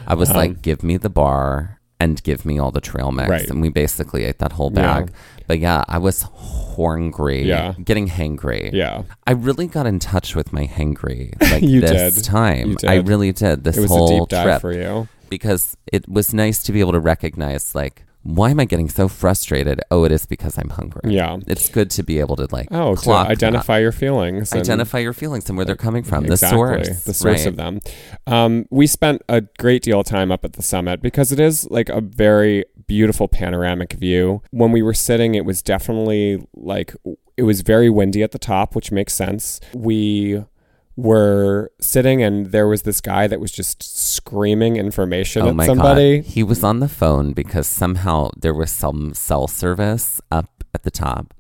I was Um, like, give me the bar and give me all the trail mix. Right. And we basically ate that whole Yeah. bag. But yeah, I was hungry, Yeah. getting hangry. Yeah. I really got in touch with my hangry [LAUGHS] like You this did. time. You I did. really did this It was a whole deep dive trip for you. because it was nice to be able to recognize like, why am I getting so frustrated? Oh, it is because I'm hungry. Yeah. It's good to be able to like Oh, to clock that. identify your feelings. and- identify your feelings and where they're coming from, exactly, the source, the source right. of them. Um, we spent a great deal of time up at the summit because it is like a very beautiful panoramic view. When we were sitting, it was definitely like it was very windy at the top, which makes sense. We were sitting, and there was this guy that was just screaming information Oh at my somebody. god. He was on the phone because somehow there was some cell service up at the top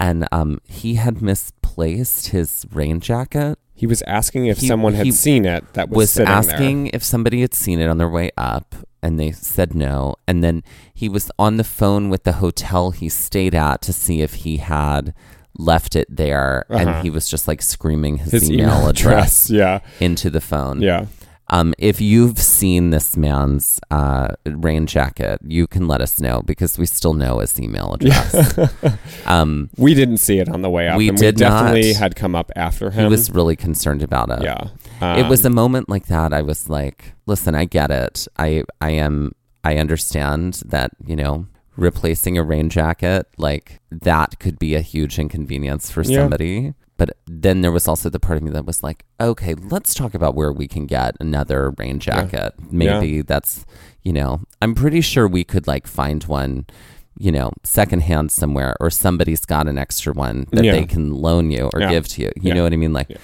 and um he had misplaced his rain jacket. He was asking if He- someone had he seen it that was, Was sitting asking if somebody had seen it on their way up and they said no and then he was on the phone with the hotel he stayed at to see if he had left it there Uh-huh. and he was just like screaming his, there. His [LAUGHS] email, address Yeah, into the phone. yeah. Um, if you've seen this man's uh, rain jacket, you can let us know because we still know his email address. um, We didn't see it on the way up. We and did we definitely not. had come up after he him. was really concerned about it. yeah. it was Um, a moment like that. I was like, "Listen, I get it. I, I am. I understand that you know replacing a rain jacket like that could be a huge inconvenience for Yeah. somebody." But then there was also the part of me that was like, "Okay, let's talk about where we can get another rain jacket. Maybe that's you know, I'm pretty sure we could like find one." You know, secondhand somewhere, or somebody's got an extra one that Yeah. they can loan you or Yeah. give to you. You Yeah. know what I mean? Like, Yeah.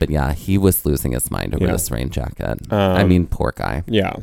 but yeah, he was losing his mind over Yeah. this rain jacket. I Um, mean, poor guy. Yeah.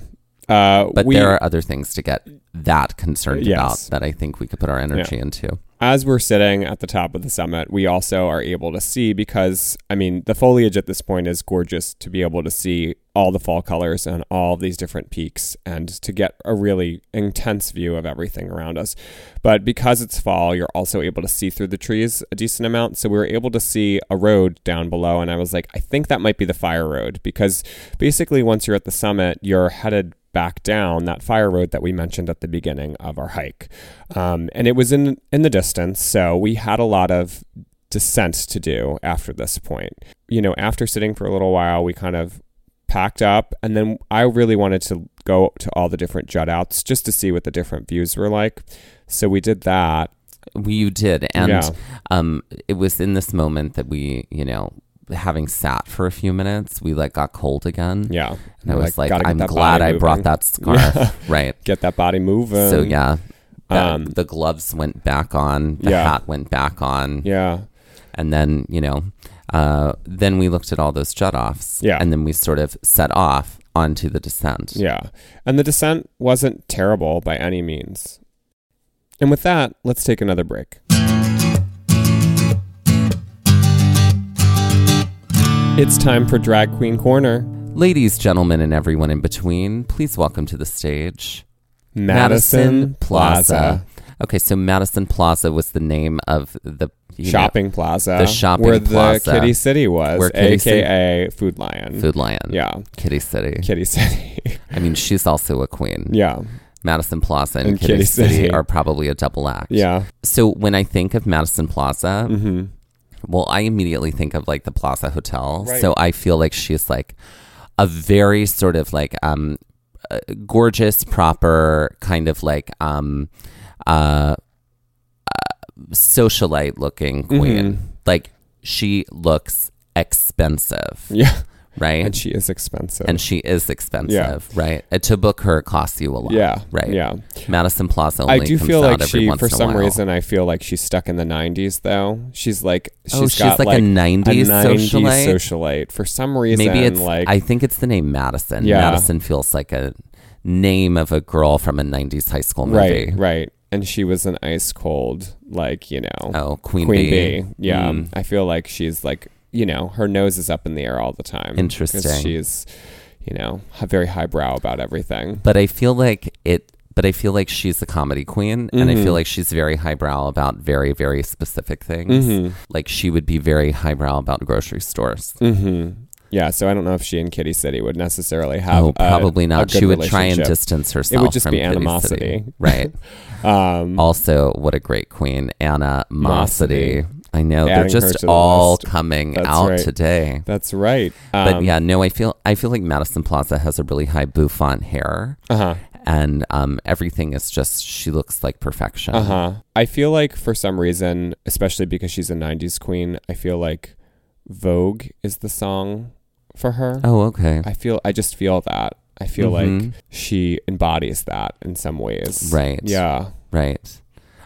Uh, But we, there are other things to get that concerned Yes. about that I think we could put our energy into. as we're sitting at the top of the summit, we also are able to see because, I mean, the foliage at this point is gorgeous to be able to see all the fall colors and all of these different peaks and to get a really intense view of everything around us. But because it's fall, you're also able to see through the trees a decent amount. So we were able to see a road down below. And I was like, I think that might be the fire road because basically, once you're at the summit, you're headed back down that fire road that we mentioned at the beginning of our hike. Um, and it was in, in the distance. So we had a lot of descent to do after this point. You know, after sitting for a little while, we kind of packed up and then I really wanted to go to all the different jut outs just to see what the different views were like. So we did that. We- You did. And Yeah. um, it was in this moment that we, you know, having sat for a few minutes, we like got cold again. Yeah. And I was like, "Gotta get I'm that glad body I brought moving. [LAUGHS] that scarf. Right. Get that body moving. So yeah. that- um, the gloves went back on. The Yeah. hat went back on. Yeah. and then you know uh, then we looked at all those shut offs Yeah. and then we sort of set off onto the descent Yeah. And the descent wasn't terrible by any means. And with that, let's take another break. It's time for Drag Queen Corner. ladies gentlemen and everyone in between please welcome to the stage Madison, Plaza. okay so madison plaza was the name of the you know, shopping plaza. the shopping where the plaza. Kitty City was, Where Kitty City- aka Food Lion. food lion Yeah, kitty city Kitty City. [LAUGHS] i mean she's also a queen yeah, Madison Plaza and, And Kitty, Kitty City, City. are probably a double act. Yeah. Mm-hmm. So when I think of Madison Plaza, well, I immediately think of like the Plaza Hotel. So I feel like she's like a very sort of like um uh, gorgeous, proper kind of like um uh, uh socialite looking Mm-hmm. queen. Like she looks expensive, Yeah. right? And she is expensive. and she is expensive, right? Uh, to book her costs you a lot, yeah. right? Yeah. Madison Plaza. Only I do comes feel out like every she, once for in a some while. reason, I feel like she's stuck in the 90s, though. She's like, she's Oh, she's got like a 90s socialite? socialite. For some reason, maybe it's like, I think it's the name Madison. Yeah. Madison feels like a name of a girl from a '90s high school movie. right, right. And she was an ice cold, like, you know, Oh, Queen, Queen Bee. Bee. Yeah. Mm. I feel like she's like, you know, her nose is up in the air all the time. 'cause Interesting. She's, you know, h- very highbrow about everything. But I feel like it. But I feel like she's a comedy queen, and I Mm-hmm. feel like she's very highbrow about very, very specific things. Mm-hmm. Like she would be very highbrow about grocery stores. Yeah. So I don't know if she and Kitty City would necessarily have. oh, a- probably Uh, a not. good She would try and relationship. distance herself. just from be Kitty [LAUGHS] City. animosity. right? Um, also, what a great queen, animosity. I know they're Adding her just to the all list. coming That's out right. today. That's right. Um, But yeah, no, I feel I feel like Madison Plaza has a really high bouffant hair, Uh-huh. and um, everything is just she looks like perfection. Uh-huh. I feel like for some reason, especially because she's a 90s queen, I feel like Vogue is the song for her. Oh, okay, I feel I just feel that. I feel Mhm. like she embodies that in some ways. Right. Yeah. right.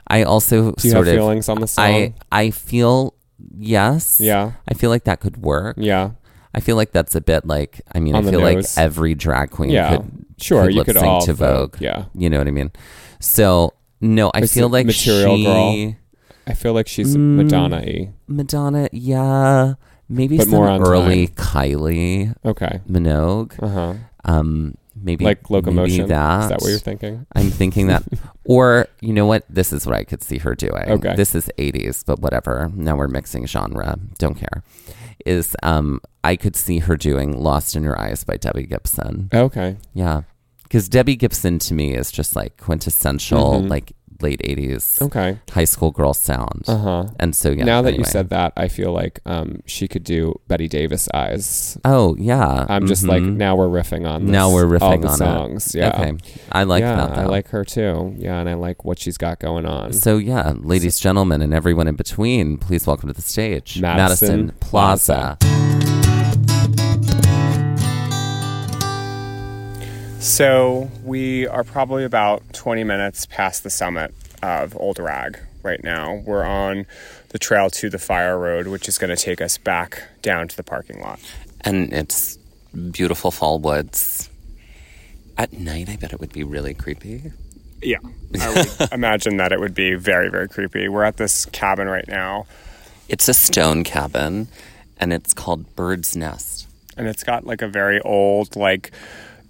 I also Do you sort have of feelings on the song? I I feel yes. yeah. I feel like that could work. Yeah. I feel like that's a bit like I mean On I the feel nose. like every drag queen Yeah. could Sure, could you lip could sync all to Vogue, Vogue. yeah. you know what I mean. So no, I It's a feel like material she, girl. I feel like she's Mm. Madonna-y. Madonna, yeah, maybe But some more on early Kylie Okay. Minogue, Uh-huh. um, maybe Like locomotion. Maybe that. Is that what you're thinking? I'm [LAUGHS] thinking that, or you know what? This is what I could see her doing. Okay. this is '80s, but whatever. Now we're mixing genre. Don't care. Is um, I could see her doing "Lost in Your Eyes" by Debbie Gibson. Okay. Yeah, because Debbie Gibson to me is just like quintessential, Mhm. like late '80s Okay. high school girl sound. Uh-huh. And so yeah. now that you anyway. said that, I feel like um, she could do Betty Davis eyes. oh yeah, I'm just like mhm. now we're riffing on this, Now we're riffing all the on it. songs. Yeah, Okay, I like yeah, that. I though. like her too. Yeah, and I like what she's got going on. So yeah, ladies, gentlemen, and everyone in between, please welcome to the stage Madison Plaza. So we are probably about 20 minutes past the summit of Old Rag right now. We're on the trail to the fire road, which is going to take us back down to the parking lot. and it's beautiful fall woods. At night, I bet it would be really creepy. Yeah. I would [LAUGHS] imagine that it would be very, very creepy. We're at this cabin right now, It's a stone cabin, and it's called Bird's Nest. and it's got like a very old, like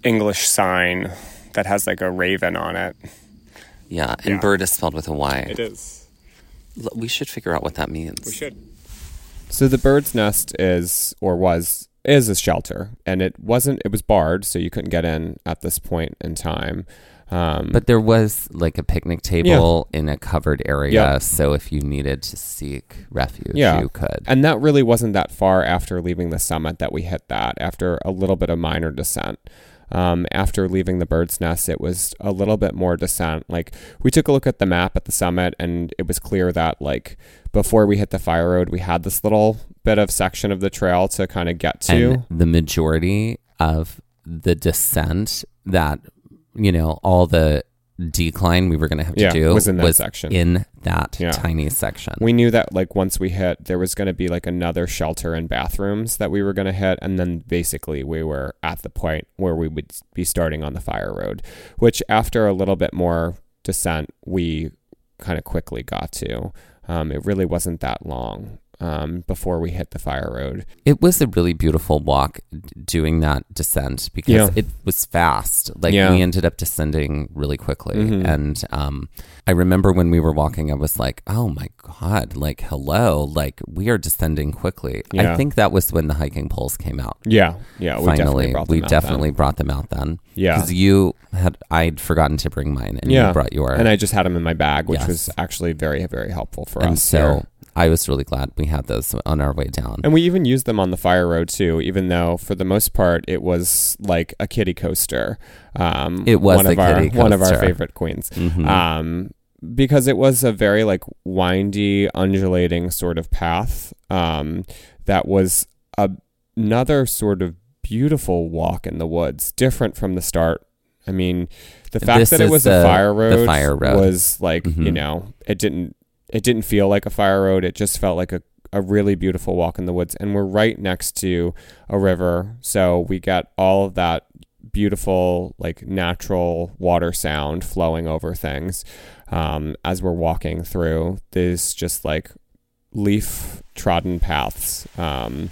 English sign that has like a raven on it. Yeah, and Yeah. bird is spelled with a Y. It is. L- We should figure out what that means. We should. So the bird's nest is or was is a shelter, and it wasn't. It was barred, so you couldn't get in at this point in time. Um, But there was like a picnic table in a covered area, Yeah. so if you needed to seek refuge, Yeah. you could. and that really wasn't that far after leaving the summit that we hit that. After a little bit of minor descent. Um, after leaving the bird's nest, it was a little bit more descent. Like we took a look at the map at the summit, and it was clear that like before we hit the fire road, we had this little bit of section of the trail to kind of get to. and the majority of the descent that you know all the decline we were going to have to Yeah, do was in that section. in that Yeah. tiny section We knew that like once we hit, there was going to be like another shelter and bathrooms that we were going to hit, and then basically we were at the point where we would be starting on the fire road, which after a little bit more descent, we kind of quickly got to. Um, it really wasn't that long. um, before we hit the fire road. It was a really beautiful walk d- doing that descent because Yeah. it was fast. Like Yeah. Mm-hmm. we ended up descending really quickly. And um, I remember when we were walking, I was like, oh my God, like, hello, like we are descending quickly. Yeah. I think that was when the hiking poles came out. Yeah, yeah. We definitely Finally, brought we them out then. definitely brought them out then. Yeah. Because you had, I'd forgotten to bring mine and yeah you brought yours. and I just had them in my bag, which Yes. was actually very very helpful for and us. so here. I was really glad we had those on our way down. And we even used them on the fire road too, even though for the most part it was like a kiddie coaster. Um, It was one a of our kiddie one of our coaster. favorite queens. Mm-hmm. Um, because it was a very like windy, undulating sort of path. Um, that was a, another sort of beautiful walk in the woods, different from the start. I mean, the fact This that it is was a the- fire the road, fire road. was like you Mhm. know it didn't it didn't feel like a fire road. It just felt like a a really beautiful walk in the woods, and we're right next to a river, so we got all of that beautiful like natural water sound flowing over things um, as we're walking through these just like leaf trodden paths. Um,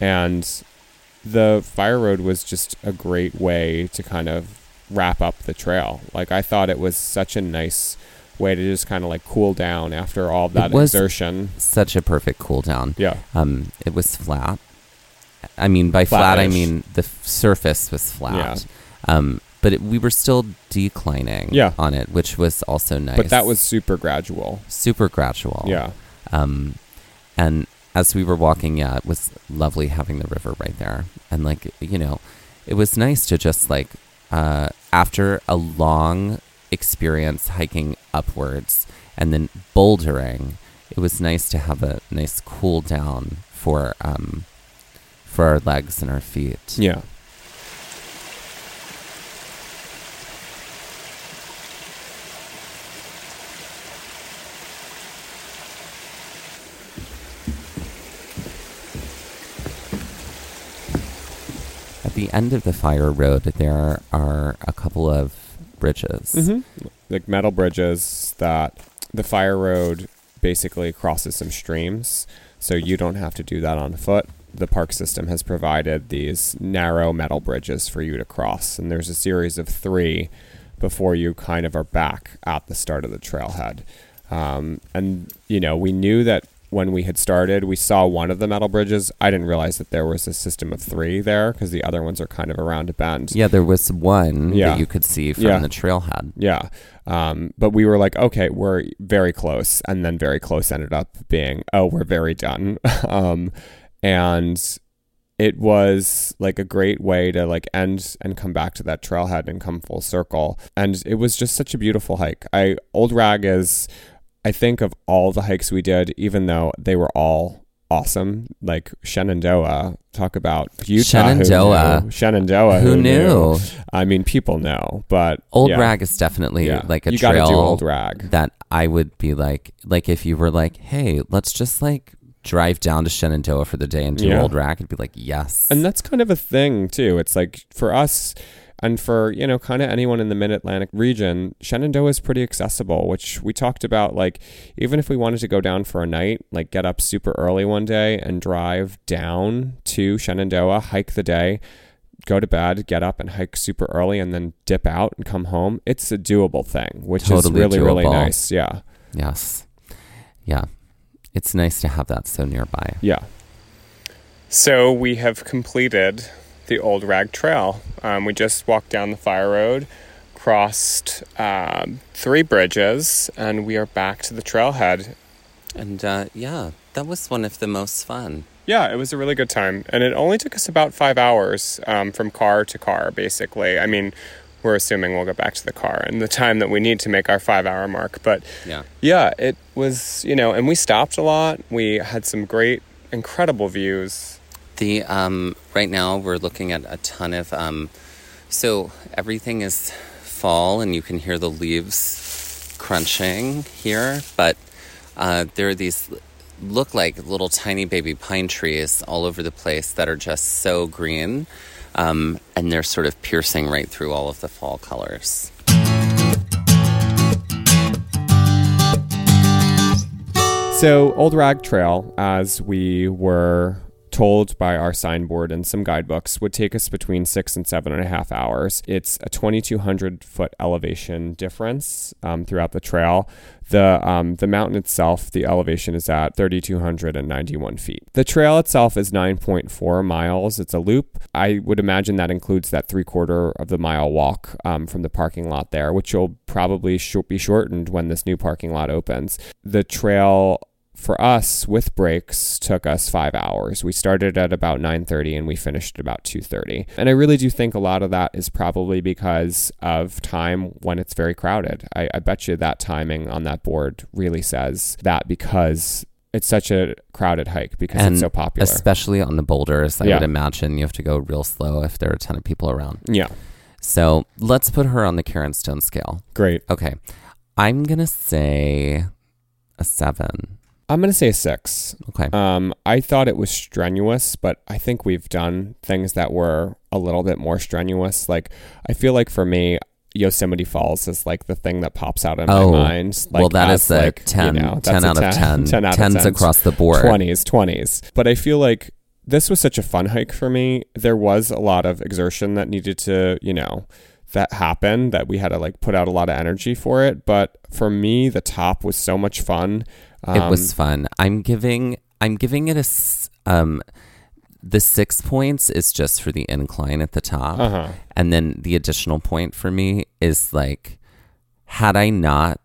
and the fire road was just a great way to kind of wrap up the trail. Like I thought it was such a nice way to just kind of like cool down after all that was- exertion. Such a perfect cool down. Yeah. Um, it was flat. I mean, by flat, I Flattish. mean the f- surface was flat. Um, but it, we were still declining Yeah. on it, which was also nice. But that was super gradual. super gradual. Yeah. Um, and as we were walking, yeah, it was lovely having the river right there. And like, you know, it was nice to just like, uh, after a long experience hiking upwards and then bouldering, it was nice to have a nice cool down for, um, for our legs and our feet. Yeah. At the end of the fire road, there are a couple of bridges. Mm-hmm. like metal bridges that the fire road basically crosses some streams so you don't have to do that on foot the park system has provided these narrow metal bridges for you to cross and there's a series of three before you kind of are back at the start of the trailhead um, and you know we knew that when we had started we saw one of the metal bridges i didn't realize that there was a system of three there because the other ones are kind of around a bend Yeah, there was one Yeah. that you could see from Yeah. the trailhead. Yeah. Um, but we were like, okay, we're very close. And then very close ended up being, oh, we're very done. [LAUGHS] um, and it was like a great way to like end and come back to that trailhead and come full circle. And it was just such a beautiful hike. I, Old Rag is, I think of all the hikes we did, even though they were all awesome, like Shenandoah, talk about Utah. who knew? Shenandoah. Shenandoah. Who knew? I mean, people know, but Old yeah. rag is definitely Yeah. like a you trail gotta do old rag. that I would be like, like if you were like, hey, let's just like drive down to Shenandoah for the day and do Yeah. old rag, I'd be like, yes. And that's kind of a thing too. It's like for us and for, you know, kind of anyone in the mid Atlantic region, Shenandoah is pretty accessible, which we talked about. Like, even if we wanted to go down for a night, like get up super early one day and drive down to Shenandoah, hike the day, go to bed, get up and hike super early, and then dip out and come home, it's a doable thing, which is Totally really, really doable. nice. Yeah. yes. Yeah. It's nice to have that so nearby. Yeah. So we have completed the Old Rag Trail. Um, we just walked down the fire road, crossed um, three bridges, and we are back to the trailhead. And uh, yeah, that was one of the most fun. Yeah, it was a really good time. And it only took us about five hours um, from car to car, basically. I mean, we're assuming we'll get back to the car in the time that we need to make our five hour mark. But Yeah. yeah, it was, you know, and we stopped a lot. We had some great, incredible views. The um, right now we're looking at a ton of um, so everything is fall and you can hear the leaves crunching here, but uh, there are these look like little tiny baby pine trees all over the place that are just so green, um, and they're sort of piercing right through all of the fall colors. So, Old Rag Trail, as we were told by our signboard and some guidebooks, would take us between six and seven and a half hours. It's a 2,200 foot elevation difference um, throughout the trail. The, um, the mountain itself, the elevation is at 3,291 feet. The trail itself is 9.4 miles. It's a loop. I would imagine that includes that three quarter of the mile walk um, from the parking lot there, which will probably sh- be shortened when this new parking lot opens. The trail for us with breaks took us five hours we started at about 9.30 and we finished at about 2.30 and i really do think a lot of that is probably because of time when it's very crowded i, I bet you that timing on that board really says that because it's such a crowded hike because and it's so popular especially on the boulders, I Yeah. would imagine you have to go real slow if there are a ton of people around. yeah So let's put her on the Karen Stone scale. great Okay, I'm gonna say a seven. i'm gonna say six Okay, Um, I thought it was strenuous, but I think we've done things that were a little bit more strenuous. Like I feel like for me, Yosemite Falls is like the thing that pops out in Oh, my mind. Like well that as, is a like, 10, you know, 10 that's a out [LAUGHS] of 10, 10 out tens of 10, across the board. twenties, twenties. But I feel like this was such a fun hike for me. There was a lot of exertion that needed to, you know, that happened that we had to like put out a lot of energy for it. But for me, the top was so much fun. Um, it was fun. I'm giving I'm giving it a s- um the six points is just for the incline at the top, Uh-huh. and then the additional point for me is like had I not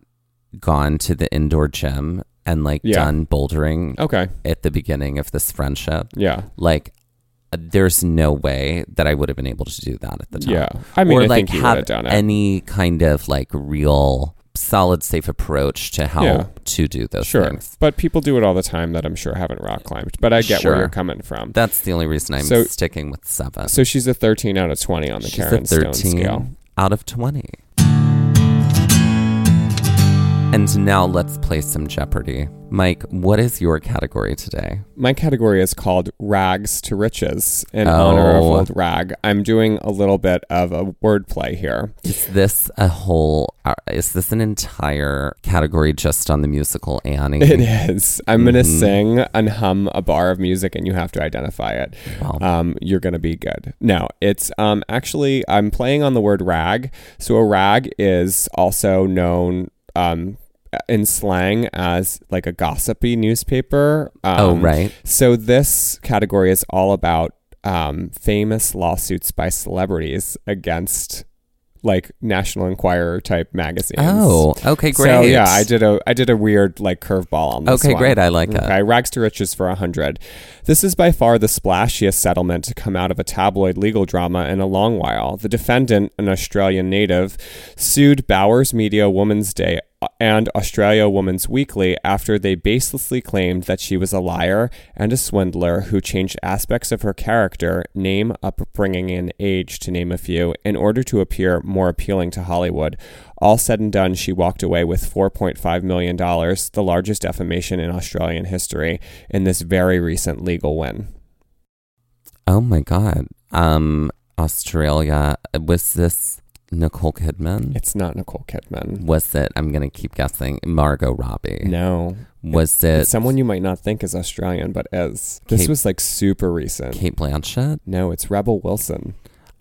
gone to the indoor gym and like Yeah. done bouldering okay. at the beginning of this friendship, Yeah. like uh, there's no way that I would have been able to do that at the time. Yeah. I mean, or I like think you would have have done it. any kind of like real solid safe approach to how Yeah. to do those sure. things. But people do it all the time that I'm sure haven't rock climbed. But I get Sure. where you're coming from. That's the only reason I'm So- sticking with seven. so she's a 13 out of 20 on the She's Karen a Stone 13 scale. out of 20. And now let's play some Jeopardy. Mike, what is your category today? My category is called Rags to Riches in honor of Oh. Old Rag. I'm doing a little bit of a wordplay here. [LAUGHS] Is this a whole, uh, is this an entire category just on the musical [LAUGHS] Annie? It is. I'm going to Mm-hmm. sing and hum a bar of music, and you have to identify it. Wow. Um, you're going to be good. No, it's um, actually, I'm playing on the word rag. So a rag is also known um, in slang as like a gossipy newspaper. Um, Oh, right. So this category is all about um, famous lawsuits by celebrities against like National Enquirer type magazines. Oh, okay, great. So yeah, I did a I did a weird like curveball on this. Okay, one. great. I like it. Okay, rags to riches for a hundred. This is by far the splashiest settlement to come out of a tabloid legal drama in a long while. The defendant, an Australian native, sued Bowers Media Woman's Day and Australia Woman's Weekly after they baselessly claimed that she was a liar and a swindler who changed aspects of her character, name, upbringing, and age, to name a few, in order to appear more appealing to Hollywood. All said and done, she walked away with $4.5 million, the largest defamation in Australian history, in this very recent legal win. Oh my God. Um, Australia. Was this Nicole Kidman? It's not Nicole Kidman. Was it, I'm going to keep guessing, Margot Robbie? No. Was It's it someone you might not think is Australian, but is. This Kate- was like super recent. Kate Blanchett? No, it's Rebel Wilson.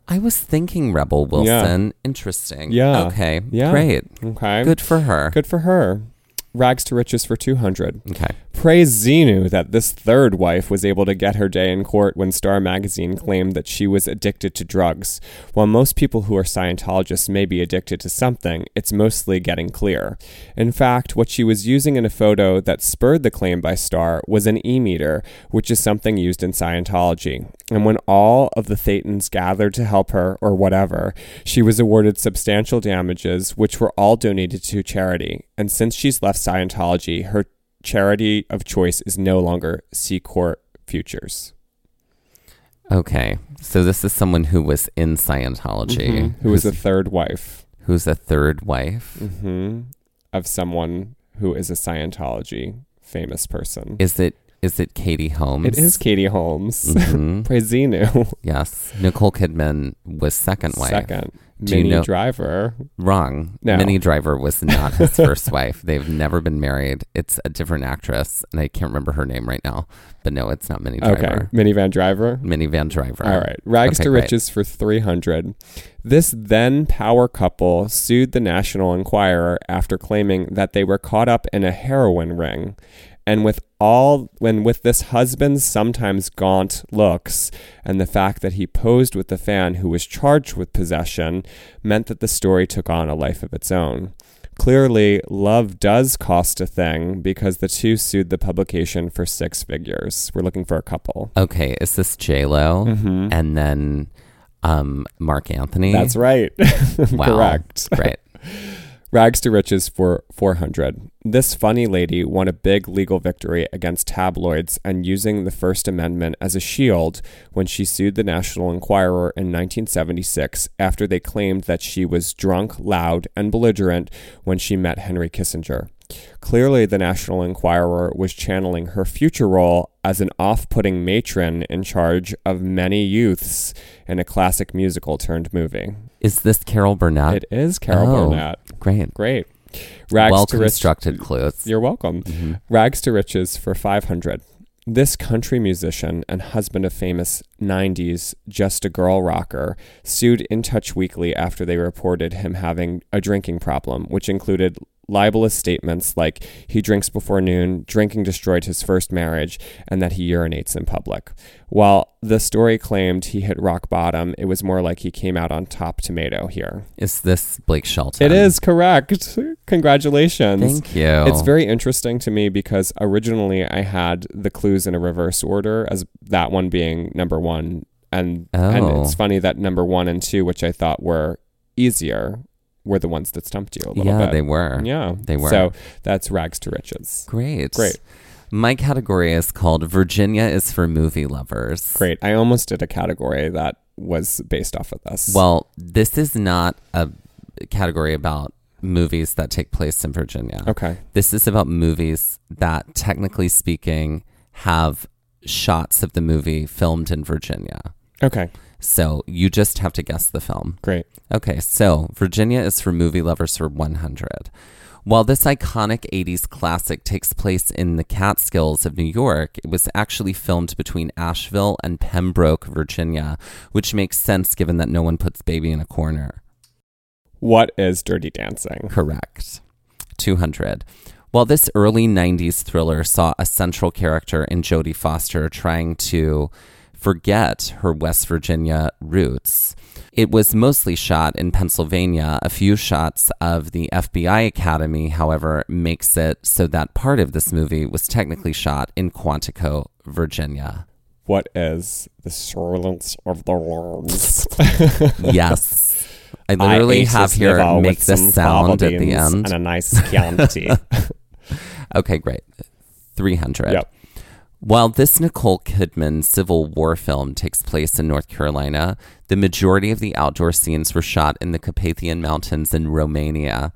I was thinking Rebel Wilson. Interesting. Yeah. Okay. Yeah. Great. Okay. Good for her. Good for her. Rags to riches for 200. Okay. Praise Zenu that this third wife was able to get her day in court when Star Magazine claimed that she was addicted to drugs. While most people who are Scientologists may be addicted to something, it's mostly getting clear. In fact, what she was using in a photo that spurred the claim by Star was an e meter, which is something used in Scientology. And when all of the Thetans gathered to help her, or whatever, she was awarded substantial damages, which were all donated to charity. And since she's left Scientology, her charity of choice is no longer C Corp Futures, Okay. So this is someone who was in Scientology. Mm-hmm. who is Mm-hmm. the who's, third wife who's a third wife? mhm, of someone who is a Scientology famous person. Is it Is it Katie Holmes? It is Katie Holmes. [LAUGHS] Mhm. Prezinu, Yes. Nicole Kidman was second wife. second. Do you Mini know- driver. Wrong. No. Minnie Driver was not [LAUGHS] his first wife. They've never been married. It's a different actress, and I can't remember her name right now. But no, it's not Minnie Okay. Driver. Minivan driver. Minnie Van Driver. All right. Rags Okay, to great. riches for 300. This then power couple sued the National Enquirer after claiming that they were caught up in a heroin ring. And with all when with this husband's sometimes gaunt looks and the fact that he posed with the fan who was charged with possession meant that the story took on a life of its own. Clearly, love does cost a thing because the two sued the publication for six figures. We're looking for a couple. Okay. Is this J Lo and then um, Mark Anthony? Mm-hmm. That's right. [LAUGHS] Wow. Correct. [LAUGHS] Great. Rags to riches for 400. This funny lady won a big legal victory against tabloids and using the First Amendment as a shield when she sued the National Enquirer in 1976 after they claimed that she was drunk, loud, and belligerent when she met Henry Kissinger. Clearly, the National Enquirer was channeling her future role as an off putting matron in charge of many youths in a classic musical turned movie. Is this Carol Burnett? It is Carol Oh, Burnett. Great. Great. Rags well to riches. constructed clues. You're welcome. Rags to riches for 500. This country musician and husband of famous 90s Just a Girl rocker sued In Touch Weekly after they reported him having a drinking problem, which included libelous statements like he drinks before noon, drinking destroyed his first marriage, and that he urinates in public. While the story claimed he hit rock bottom, it was more like he came out on top tomato here. Is this Blake Shelton? It is correct. Congratulations. Thank you. It's very interesting to me because originally I had the clues in a reverse order, as that one being number one, and and Oh. it's funny that number one and two, which I thought were easier, were the ones that stumped you a little Yeah, bit. they were. Yeah, They were. So that's rags to riches. Great. Great. My category is called Virginia is for movie lovers. Great. I almost did a category that was based off of this. Well, this is not a category about movies that take place in Virginia. okay. This is about movies that, technically speaking, have shots of the movie filmed in Virginia. Okay. So you just have to guess the film. Great. Okay, so Virginia is for movie lovers for 100. While this iconic 80s classic takes place in the Catskills of New York, it was actually filmed between Asheville and Pembroke, Virginia, which makes sense given that no one puts baby in a corner. What is Dirty Dancing? Correct. 200. While this early 90s thriller saw a central character in Jodie Foster trying to forget her West Virginia roots, it was mostly shot in Pennsylvania. A few shots of the FBI Academy, however, makes it so that part of this movie was technically shot in Quantico, [LAUGHS] Virginia. What is the Silence of the Lambs? Yes. I I literally ate have this here liver make with the some sound fava at the beans end. and a nice Chianti. Okay, great. 300. Yep. While this Nicole Kidman Civil War film takes place in North Carolina, the majority of the outdoor scenes were shot in the Carpathian Mountains in Romania,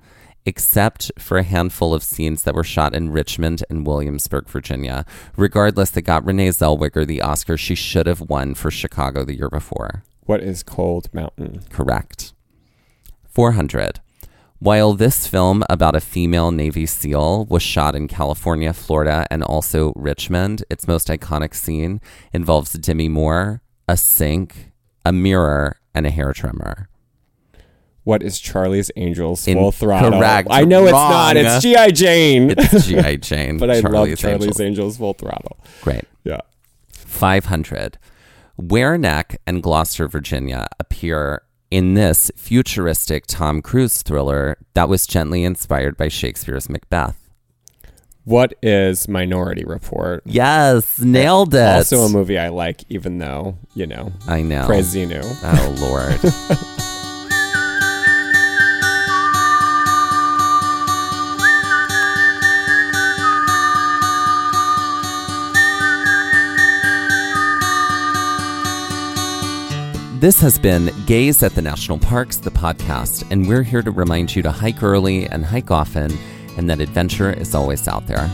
except for a handful of scenes that were shot in Richmond and Williamsburg, Virginia. Regardless, they got Renee Zellweger the Oscar she should have won for Chicago the year before. [LAUGHS] what is Cold Mountain? Correct. 400. While this film about a female Navy SEAL was shot in California, Florida, and also Richmond, its most iconic scene involves Demi Moore, a sink, a mirror, and a hair trimmer. What is Charlie's Angels In- Full Throttle? correct. I know it's Wrong. not. It's G.I. Jane. It's G.I. Jane. [LAUGHS] but I Charlie's love Charlie's Angels. Angels. Full Throttle. Great. Yeah. 500. Wareneck and Gloucester, Virginia appear in this futuristic Tom Cruise thriller that was gently inspired by Shakespeare's Macbeth. What is Minority Report? Yes, nailed it. Also a movie I like, even though, you know, I know. Prezinu. Oh [LAUGHS] Lord. This has been Gaze at the National Parks, the podcast, and we're here to remind you to hike early and hike often, and that adventure is always out there.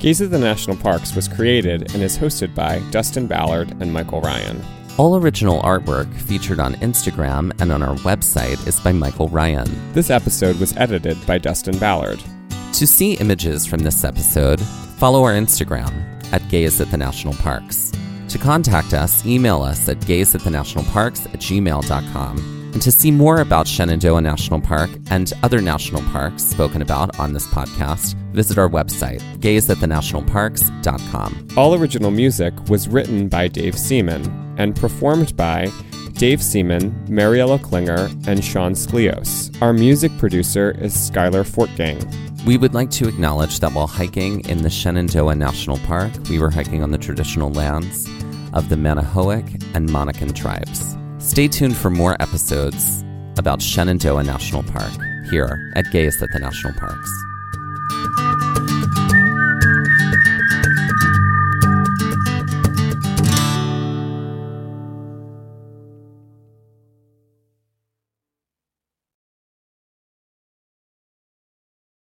Gaze at the National Parks was created and is hosted by Dustin Ballard and Michael Ryan. All original artwork featured on Instagram and on our website is by Michael Ryan. This episode was edited by Dustin Ballard. To see images from this episode, follow our Instagram at Gaze at the National Parks. To contact us, email us at gaze at the national parks at gmail.com. And to see more about Shenandoah National Park and other national parks spoken about on this podcast, visit our website, gazeatthenationalparks.com. All original music was written by Dave Seaman and performed by Dave Seaman, Mariella Klinger, and Sean Sklios. Our music producer is Skylar Fortgang. We would like to acknowledge that while hiking in the Shenandoah National Park, we were hiking on the traditional lands of the Manahoic and Monacan tribes. Stay tuned for more episodes about Shenandoah National Park here at Gaze at the National Parks.